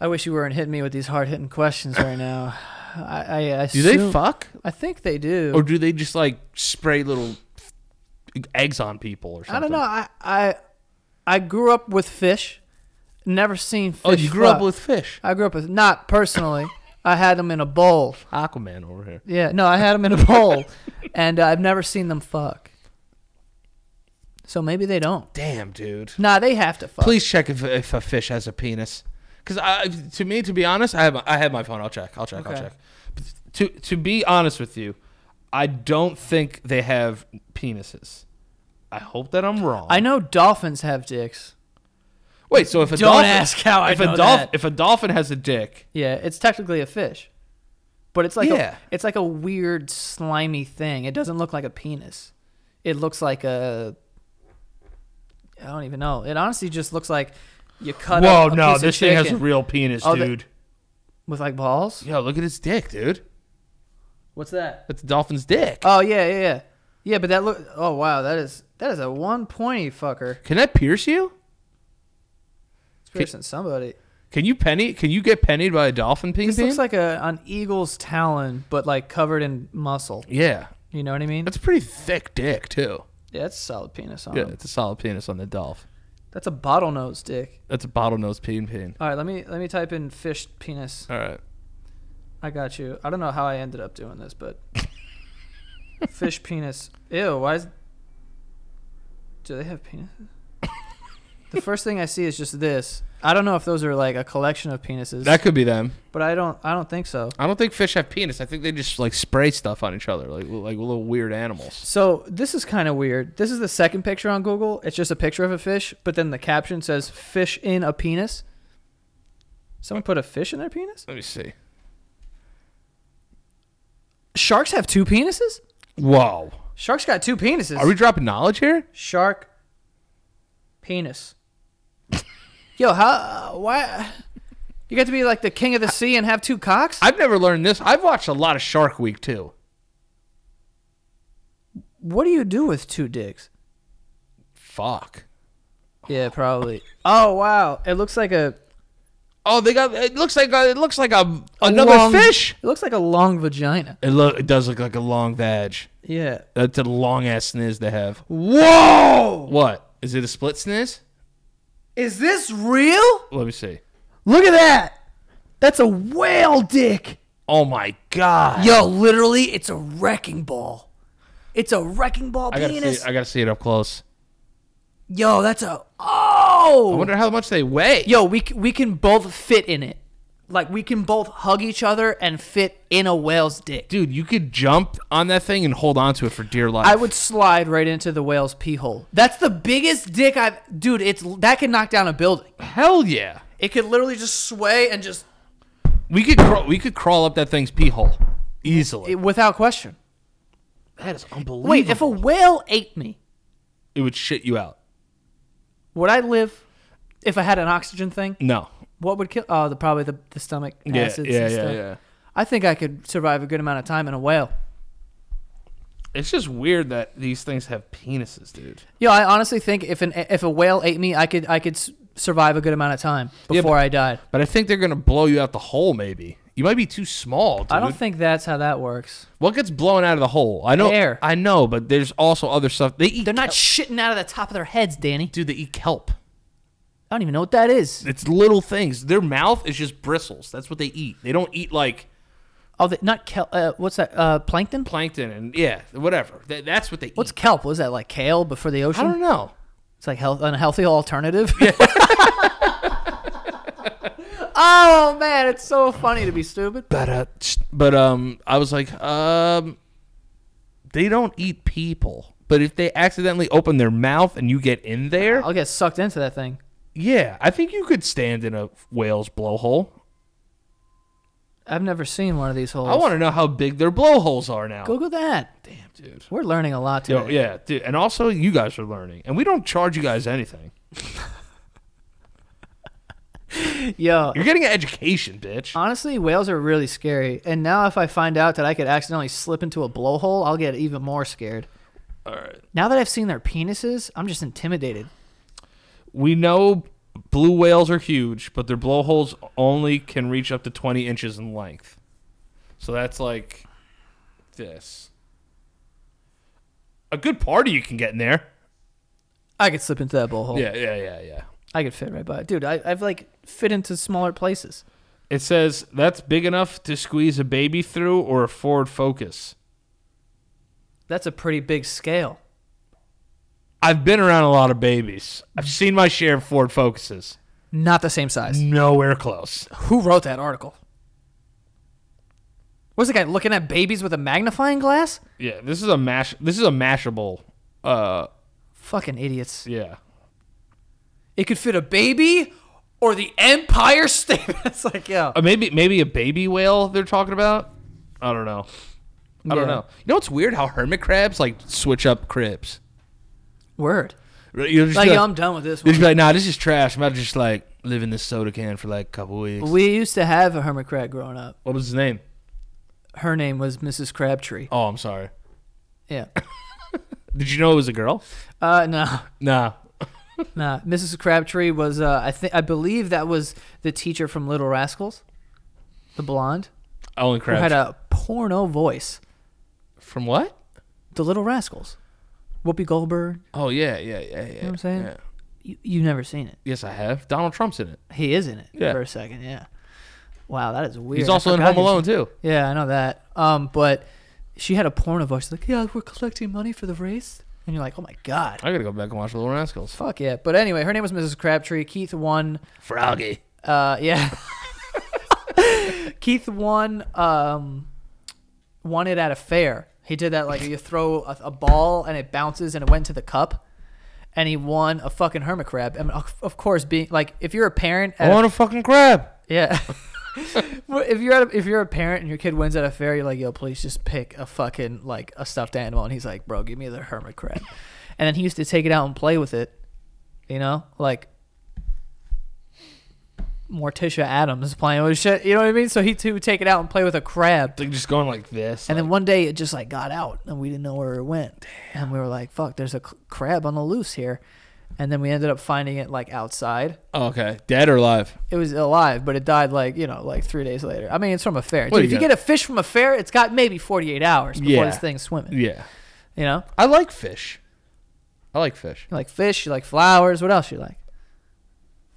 I wish you weren't hitting me with these hard hitting questions right now. I, I
Do
assume,
they fuck?
I think they do.
Or do they just like spray little eggs on people or something?
I don't know. I, I I grew up with fish. Never seen fish.
Oh, you grew up
fuck.
with fish.
I grew up with not personally. I had them in a bowl.
Aquaman over here.
Yeah, no, I had them in a bowl, and I've never seen them fuck. So maybe they don't.
Damn, dude.
Nah, they have to fuck.
Please check if, if a fish has a penis. Because I, to me, to be honest, I have I have my phone. I'll check. I'll check. I'll
Okay.
check. But to to be honest with you, I don't think they have penises. I hope that I'm wrong.
I know dolphins have dicks.
Wait, so if a
Don't
dolphin,
ask how I
if
know
a dolphin
that.
if a dolphin has a dick,
Yeah, it's technically a fish, but it's like
Yeah.
a, it's like a weird slimy thing. It doesn't look like a penis. It looks like a I don't even know. It honestly just looks like you cut.
whoa,
up a
no,
piece
this
of
thing has a
chicken
real penis,
Oh, the-
dude.
with like balls.
Yo, look at his dick, dude.
What's that?
That's a dolphin's dick.
Oh yeah, yeah, yeah, yeah. But that look. Oh wow, that is that is a one pointy fucker.
Can that pierce you?
It's piercing somebody.
Can you penny? Can you get pennied by a dolphin ping
This
ping?
looks like a an eagle's talon, but like covered in muscle.
yeah,
You know what I mean?
that's a pretty thick dick too.
yeah, that's a solid penis on
Yeah,
him.
it's a solid penis on the dolphin.
That's a bottlenose dick.
That's a bottlenose peen peen.
All right, let me let me type in fish penis.
All right.
I got you. I don't know how I ended up doing this, but fish penis. Ew. Why is? Do they have penis? the first thing I see is just this. I don't know if those are like a collection of penises,
That could be them.
but I don't. I don't think so.
I don't think fish have penis. I think they just like spray stuff on each other, like like little weird animals.
So this is kind of weird. This is the second picture on Google. It's just a picture of a fish, but then the caption says "fish in a penis." Someone put a fish in their penis.
Let me see.
Sharks have two penises.
Whoa.
Sharks got two penises.
Are we dropping knowledge here?
Shark penis. Yo, how? Why? You got to be like the king of the sea and have two cocks?
I've never learned this. I've watched a lot of Shark Week too.
What do you do with two dicks?
Fuck.
Yeah, probably. Oh wow, it looks like a
Oh, they got. It looks like a, it looks like a
another fish. It looks like a long vagina.
It look. It does look like a long vag.
Yeah.
That's a long ass sniz they have.
Whoa!
What is it? A split sniz?
Is this real?
Let me see.
Look at that. That's a whale dick.
Oh my god.
Yo, literally, it's a wrecking ball. It's a wrecking ball
I gotta
penis.
see. I gotta see it up close.
Yo, that's a
I
oh.
wonder how much they weigh.
Yo, we c- we can both fit in it. Like we can both hug each other and fit in a whale's dick.
Dude, you could jump on that thing and hold on to it for dear life.
I would slide right into the whale's pee hole. That's the biggest dick I've. Dude, it's that can knock down a building.
Hell yeah.
It could literally just sway and just
We could crawl. We could crawl up that thing's pee hole easily.
it- without question.
that is unbelievable.
Wait, if a whale ate me,
it would shit you out.
would I live? If I had an oxygen thing,
No.
what would kill? Oh, the probably the, the stomach
Yeah.
acids.
yeah.
and
Yeah.
stuff.
Yeah.
I think I could survive a good amount of time in a whale.
It's just weird that these things have penises, dude.
Yo, I honestly think if an if a whale ate me, I could I could s- survive a good amount of time
Yeah,
before
but-
I died.
But I think they're gonna blow you out the hole. Maybe you might be too small, dude.
I don't think that's how that works.
What gets blown out of the hole? I know.
Air.
I know, but there's also other stuff. They eat.
They're not shitting out of the top of their heads, Danny.
dude. They eat kelp.
I don't even know what that is.
It's little things. Their mouth is just bristles. That's what they eat. They don't eat like
Oh, the, not kelp. Uh, what's that? Uh, plankton.
plankton and yeah, whatever. Th- that's what they
What's
eat.
kelp? Was that like kale before the
I
ocean?
don't know.
It's like health, an healthy alternative. oh man, it's so funny to be stupid.
But uh, but um, I was like, um, they don't eat people. But if they accidentally open their mouth and you get in there,
I'll get sucked into that thing.
yeah, I think you could stand in a whale's blowhole.
I've never seen one of these holes.
I want to know how big their blowholes are now.
Google that.
Damn, dude.
We're learning a lot today.
Yo, yeah, dude. And also, you guys are learning, and we don't charge you guys anything.
Yo,
You're getting an education, bitch.
honestly, whales are really scary. And now, if I find out that I could accidentally slip into a blowhole, I'll get even more scared.
All right.
Now that I've seen their penises, I'm just intimidated.
We know blue whales are huge, but their blowholes only can reach up to 20 inches in length. So that's like this. A good party you can get in there.
I could slip into that blowhole.
Yeah, yeah, yeah, yeah.
I could fit right by it, dude. I, I've like fit into smaller places.
It says that's big enough to squeeze a baby through or a Ford Focus.
That's a pretty big scale.
I've been around a lot of babies. I've seen my share of Ford Focuses.
Not the same
Mm.
size.
Nowhere close.
Who wrote that article? Was the guy looking at babies with a magnifying glass?
Yeah, this is a mash. This is a mashable. Uh,
Fucking idiots.
yeah.
It could fit a baby or the Empire State. it's like, yo.
Uh, maybe maybe a baby whale they're talking about. I don't know. I
Yeah.
don't know. You know what's weird? How hermit crabs like switch up cribs.
Word.
You'll just
Like,
be
yo,
like, um,
I'm done with this
you'll
one.
just be like, nah, this is trash. I'm about to just like live in this soda can for like a couple weeks.
We used to have a hermit crab growing up.
What was his name?
Her name was Mrs. Crabtree.
Oh, I'm sorry.
Yeah.
Did you know it was a girl?
Uh, no,
Nah.
no. Mrs. Crabtree was, uh, I think, I believe that was the teacher from Little Rascals, the blonde,
Only
who
crabs.
had a porno voice.
From what?
The Little Rascals, Whoopi Goldberg.
Oh yeah, yeah, yeah, yeah. You know
what I'm saying? You, you've never seen it.
Yes, I have. Donald Trump's in it.
He is in it
Yeah.
for a second. Yeah. Wow, that is weird.
He's
I
also in
forgot
Home
he was
Alone too.
Yeah, I know that. Um, but she had a porno voice like, "Yeah, we're collecting money for the race," and you're like, "Oh my god."
I gotta go back and watch Little Rascals.
Fuck yeah. But anyway, her name was Mrs. Crabtree. Keith won.
Froggy.
Uh, yeah. Keith won. Um, won it at a fair. He did that like you throw a, a ball and it bounces and it went to the cup, and he won a fucking hermit crab. And of, of course, being like, if you're a parent,
I
at a-
want a fucking crab.
yeah. Well, if you're at a, if you're a parent and your kid wins at a fair, you're like, yo, please just pick a fucking like a stuffed animal, and he's like, bro, give me the hermit crab, and then he used to take it out and play with it, you know, like Morticia Adams playing with shit. You know what I mean? So he too would take it out and play with a crab.
Like just going like this.
And then one day it just like got out and we didn't know where it went. And we were like, fuck, there's a c- crab on the loose here. And then we ended up finding it like outside.
oh, okay, dead or alive?
It was alive, but it died like, you know, like three days later. I mean, it's from a fair.
Well,
Dude, if
you
you get a fish from a fair, it's got maybe 48 hours before
Yeah.
this thing's swimming.
Yeah,
You know?
I like fish. I like fish.
You like fish, you like flowers. What else you like?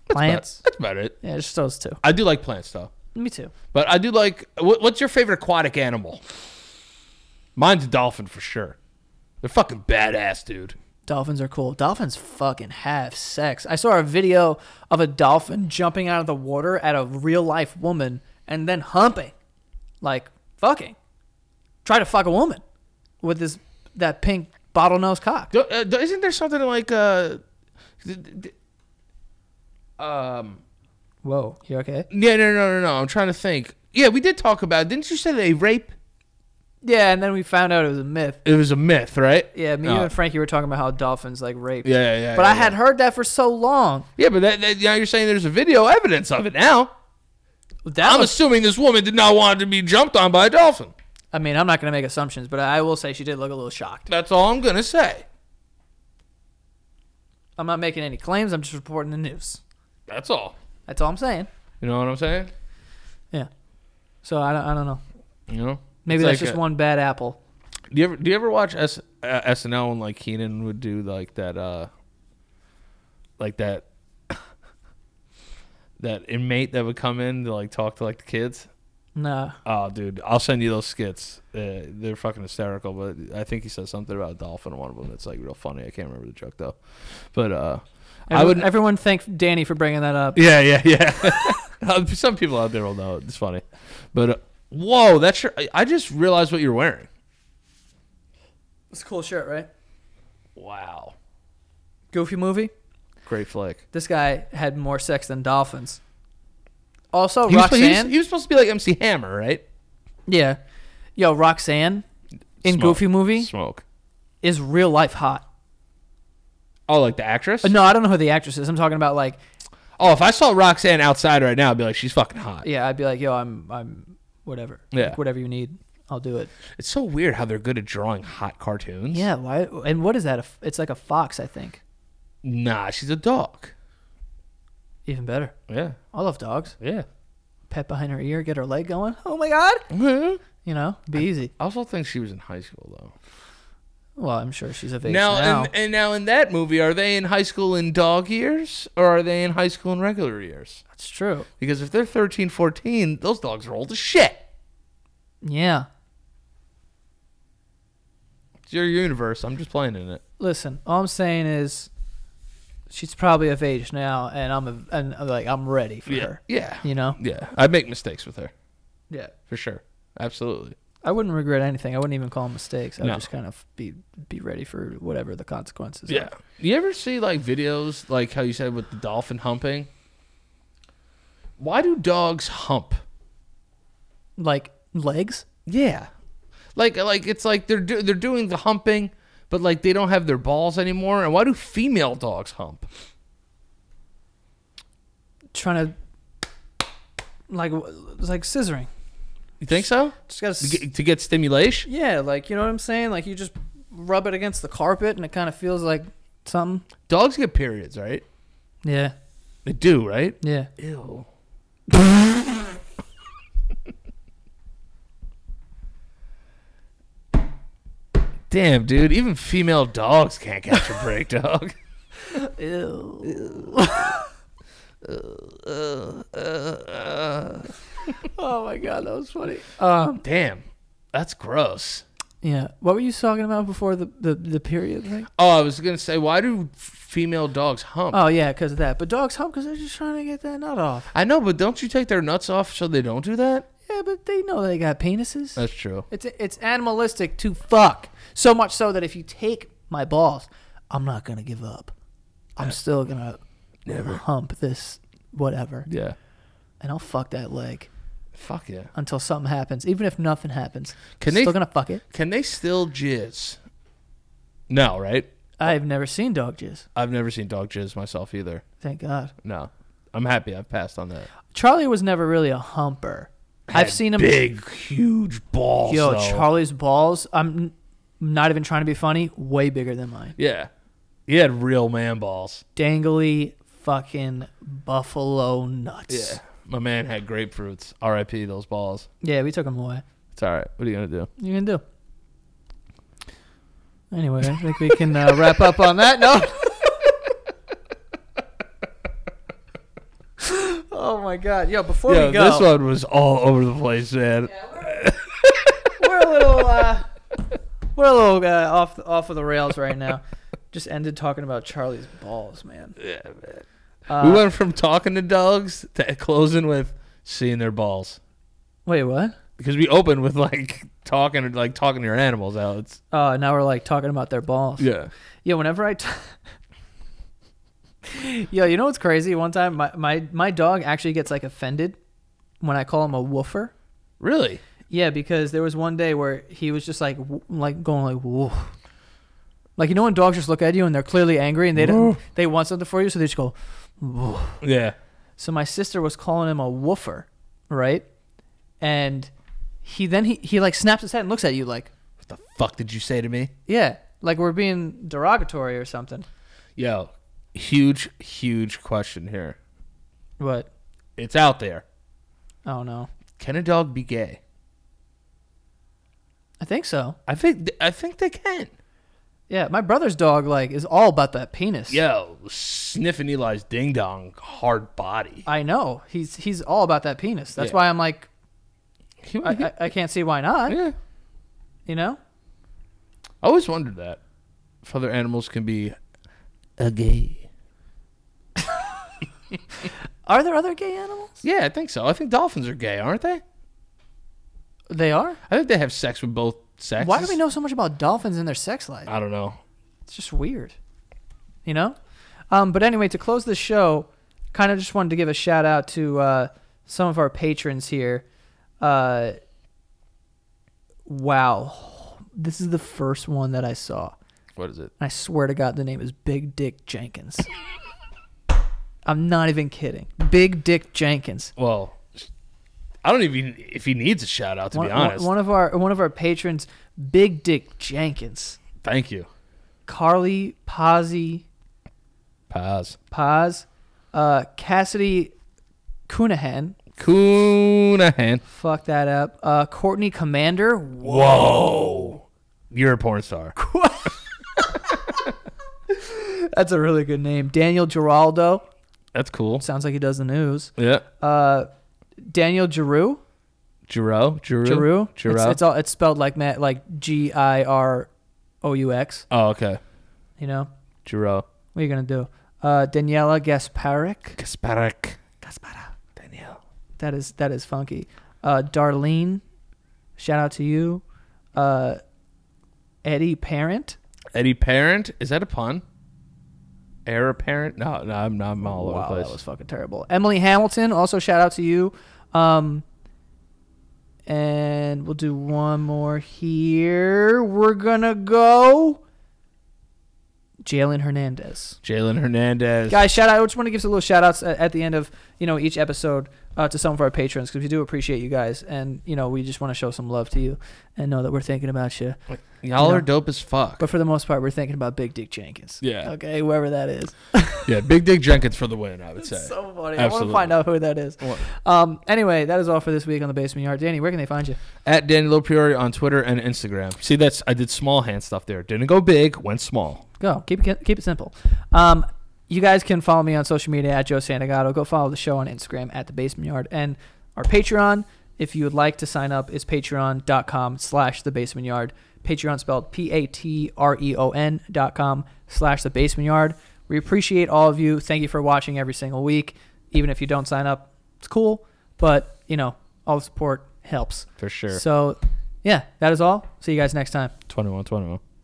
Plants.
That's about it.
Yeah, just those two.
I do like plants though,
Me too.
but I do like. What, what's your favorite aquatic animal? Mine's a dolphin for sure. They're fucking badass, dude.
Dolphins are cool. Dolphins fucking have sex. I saw a video of a dolphin jumping out of the water at a real life woman and then humping. Like fucking. Try to fuck a woman with this that pink bottlenose cock.
Do, uh, do- isn't there something like uh, d- d- um?
Whoa. You okay?
Yeah, no, no, no, no. I'm trying to think. Yeah, we did talk about. it. Didn't you say they rape?
Yeah, and then we found out it was a myth.
It was a myth, right?
Yeah, me
No.
you and Frankie were talking about how dolphins like rape.
Yeah, yeah, yeah.
But I
yeah.
had heard that for so long.
Yeah, but that, that, now you're saying there's a video evidence of it now.
That
I'm
was
assuming this woman did not want to be jumped on by a dolphin.
I mean, I'm not going to make assumptions, but I will say she did look a little shocked.
That's all I'm gonna say.
I'm not making any claims. I'm just reporting the news.
That's all.
That's all I'm saying.
You know what I'm saying?
Yeah. So I don't, I don't know.
You know.
Maybe
It's
that's
like
just
a-
one bad apple.
Do you ever do you ever watch S, uh, SNL when like Keenan would do like that uh like that that inmate that would come in to like talk to like the kids?
Nah.
Oh, dude, I'll send you those skits. Uh, they're fucking hysterical. But I think he says something about a dolphin in one of them. It's like real funny. I can't remember the joke though. But uh, I
Everyone,
would.
everyone thank Danny for bringing that up.
yeah, yeah, yeah. Uh, Some people out there will know it. it's funny. But uh, whoa, that's your. I- I just realized what you're wearing.
It's a cool shirt, right?
Wow,
Goofy movie.
great flick.
This guy had more sex than dolphins. Also,
He was, he, was,
Oh, Roxanne.
he was supposed to be like MC Hammer, right?
yeah. Yo, Roxanne in
Smoke.
Goofy movie
Smoke.
is real life hot.
Oh, like the actress?
Uh, No, I don't know who the actress is. I'm talking about like,
Oh, if I saw Roxanne outside right now, I'd be like, she's fucking hot.
yeah, I'd be like, yo, I'm, I'm, whatever.
Yeah.
Like, whatever you need, I'll do it.
It's so weird how they're good at drawing hot cartoons.
Yeah. Why? And what is that? A f- It's like a fox, I think.
Nah, she's a dog.
Even better.
Yeah.
I love dogs.
Yeah.
Pet behind her ear, get her leg going. Oh my god.
I
You know, be easy.
also think she was in high school though.
Well, I'm sure she's of age now.
Now, And, and now in that movie, are they in high school in dog years or are they in high school in regular years?
That's true.
Because if they're 13, 14, those dogs are old as shit.
Yeah.
It's your universe. I'm just playing in it.
Listen, all I'm saying is, she's probably of age now, and I'm a, and uh, like I'm ready for her.
Yeah.
You know.
Yeah. I make mistakes with her
Yeah.
for sure. Absolutely.
I wouldn't regret anything. I wouldn't even call them mistakes. I would
No.
just kind of be be ready for whatever the consequences.
Yeah.
Are.
You ever see like videos like how you said with the dolphin humping? Why do dogs hump?
Like legs.
Yeah. Like like it's like they're do- they're doing the humping, but like they don't have their balls anymore. And why do female dogs hump?
Trying to. Like w- it's like scissoring.
You think so?
Just gotta.
To get, to get stimulation?
Yeah, like you know what I'm saying? Like you just rub it against the carpet and it kind of feels like something.
Dogs get periods, right?
Yeah.
They do, right?
Yeah.
Ew. Damn, dude. Even female dogs can't catch a break, dog.
oh my god, that was funny. Um
Damn. That's gross.
yeah. What were you talking about before the the, the period thing?
Oh, I was going to say, why do f- female dogs hump?
Oh yeah, cuz of that. But dogs hump cuz they're just trying to get that nut off.
I know, but don't you take their nuts off so they don't do that?
Yeah, but they know they got penises.
That's true.
It's it's animalistic to fuck. So much so that if you take my balls, I'm not going to give up. I'm still going to never hump this whatever.
Yeah.
And I'll fuck that leg.
Fuck yeah.
until something happens. Even if nothing happens,
Can they-
still gonna fuck it.
Can they still jizz? No, right?
I've never seen dog jizz.
I've never seen dog jizz myself either.
Thank God.
No. I'm happy I've passed on that.
Charlie was never really a humper. I've seen him.
Big, huge balls.
Yo,
though.
Charlie's balls. I'm n- not even trying to be funny. Way bigger than mine.
Yeah. He had real man balls.
Dangly fucking buffalo nuts.
Yeah. My man had grapefruits. R.I.P. those balls.
Yeah, we took them away.
It's all right. What are you going to do?
You gonna do? Anyway, I think we can uh, wrap up on that note. oh my god, yo! Before
Yeah,
we go,
this one was all over the place, man.
we're a little uh, we're a little uh, off off of the rails right now. Just ended talking about Charlie's balls, man. Yeah, man. Uh,
we went from talking to dogs to closing with seeing their balls.
wait, what?
Because we opened with like talking like talking to your animals out. It's,
Oh, now we're like talking about their balls.
yeah.
Yo, whenever I, t- yo, you know what's crazy? One time, my, my my dog actually gets like offended when I call him a woofer.
Really?
Yeah, because there was one day where he was just like w- like going like woof. Like you know when dogs just look at you and they're clearly angry and they don't they want something for you, so they just go. Woof.
Yeah.
So my sister was calling him a woofer, right? And he then he he like snaps his head and looks at you like
What the fuck did you say to me?
yeah, like we're being derogatory or something.
Yo, huge, huge question here.
What?
It's out there.
I don't know.
Can a dog be gay?
I think so.
I think I think they can.
Yeah, my brother's dog like is all about that penis.
Yo, sniffing Eli's ding dong hard body.
I know. He's he's all about that penis. That's
Yeah.
why I'm like I, I, I can't see why not.
yeah.
You know?
I always wondered that if other animals can be a gay.
Are there other gay animals?
Yeah, I think so. I think dolphins are gay, aren't they?
They are.
I think they have sex with both sexes.
Why do we know so much about dolphins and their sex life?
I don't know.
It's just weird. You know? Um, but anyway, to close this show, kind of just wanted to give a shout out to uh, some of our patrons here. Uh, wow. This is the first one that I saw.
What is it?
I swear to God, the name is Big Dick Jenkins. I'm not even kidding. Big Dick Jenkins.
Well, I don't even if he needs a shout out to
one,
be
one-
honest.
one of our one of our patrons, Big Dick Jenkins,
Thank you.
Carly Pazzi
Paz.
Paz, uh, Cassidy Cunahan.
Coonahan.
Fuck that up. Uh, Courtney Commander.
Whoa. You're a porn star.
That's a really good name. Daniel Giraldo.
That's cool.
Sounds like he does the news.
Yeah.
Uh, Daniel Giroux.
Giroux. Giroux.
Giroux.
Giroux.
It's, it's all it's spelled like Matt, like G I R O U X.
oh, okay.
You know
Giroux.
what are you gonna do? Uh, Daniela Gasparik.
Kasparak.
Gaspara.
Daniel.
That is that is funky. Uh, Darlene. Shout out to you. Uh, Eddie Parent.
Eddie Parent. Is that a pun? Heir apparent? No, no, I'm not I'm all over the
wow,
place.
that was fucking terrible. Emily Hamilton. Also shout out to you. Um, and we'll do one more here. We're gonna go. Jalen Hernandez.
Jalen Hernandez.
guys shout out i just want to give us a little shout outs uh, at, at the end of you know each episode uh, to some of our patrons because we do appreciate you guys and you know we just want to show some love to you and know that we're thinking about you
Y'all
No.
are dope as fuck.
but for the most part we're thinking about big dick jenkins
Yeah.
okay whoever that is
yeah, Big Dick Jenkins for the win, I would say.
so funny i want to
Absolutely.
find out who that is
What?
um anyway that is all for this week on the basement yard danny where can they find you
At Danny Lopriori on Twitter and Instagram. See, that's I did small hand stuff there. Didn't go big, went small.
go keep it keep it simple um you guys can follow me on social media at joe santagato go follow the show on instagram at the basement yard and our patreon if you would like to sign up is patreon.com slash the basement yard patreon spelled p-a-t-r-e-o-n E dot com slash the basement yard we appreciate all of you thank you for watching every single week even if you don't sign up it's cool but you know all the support helps
For sure.
so yeah that is all see you guys next time
21 21.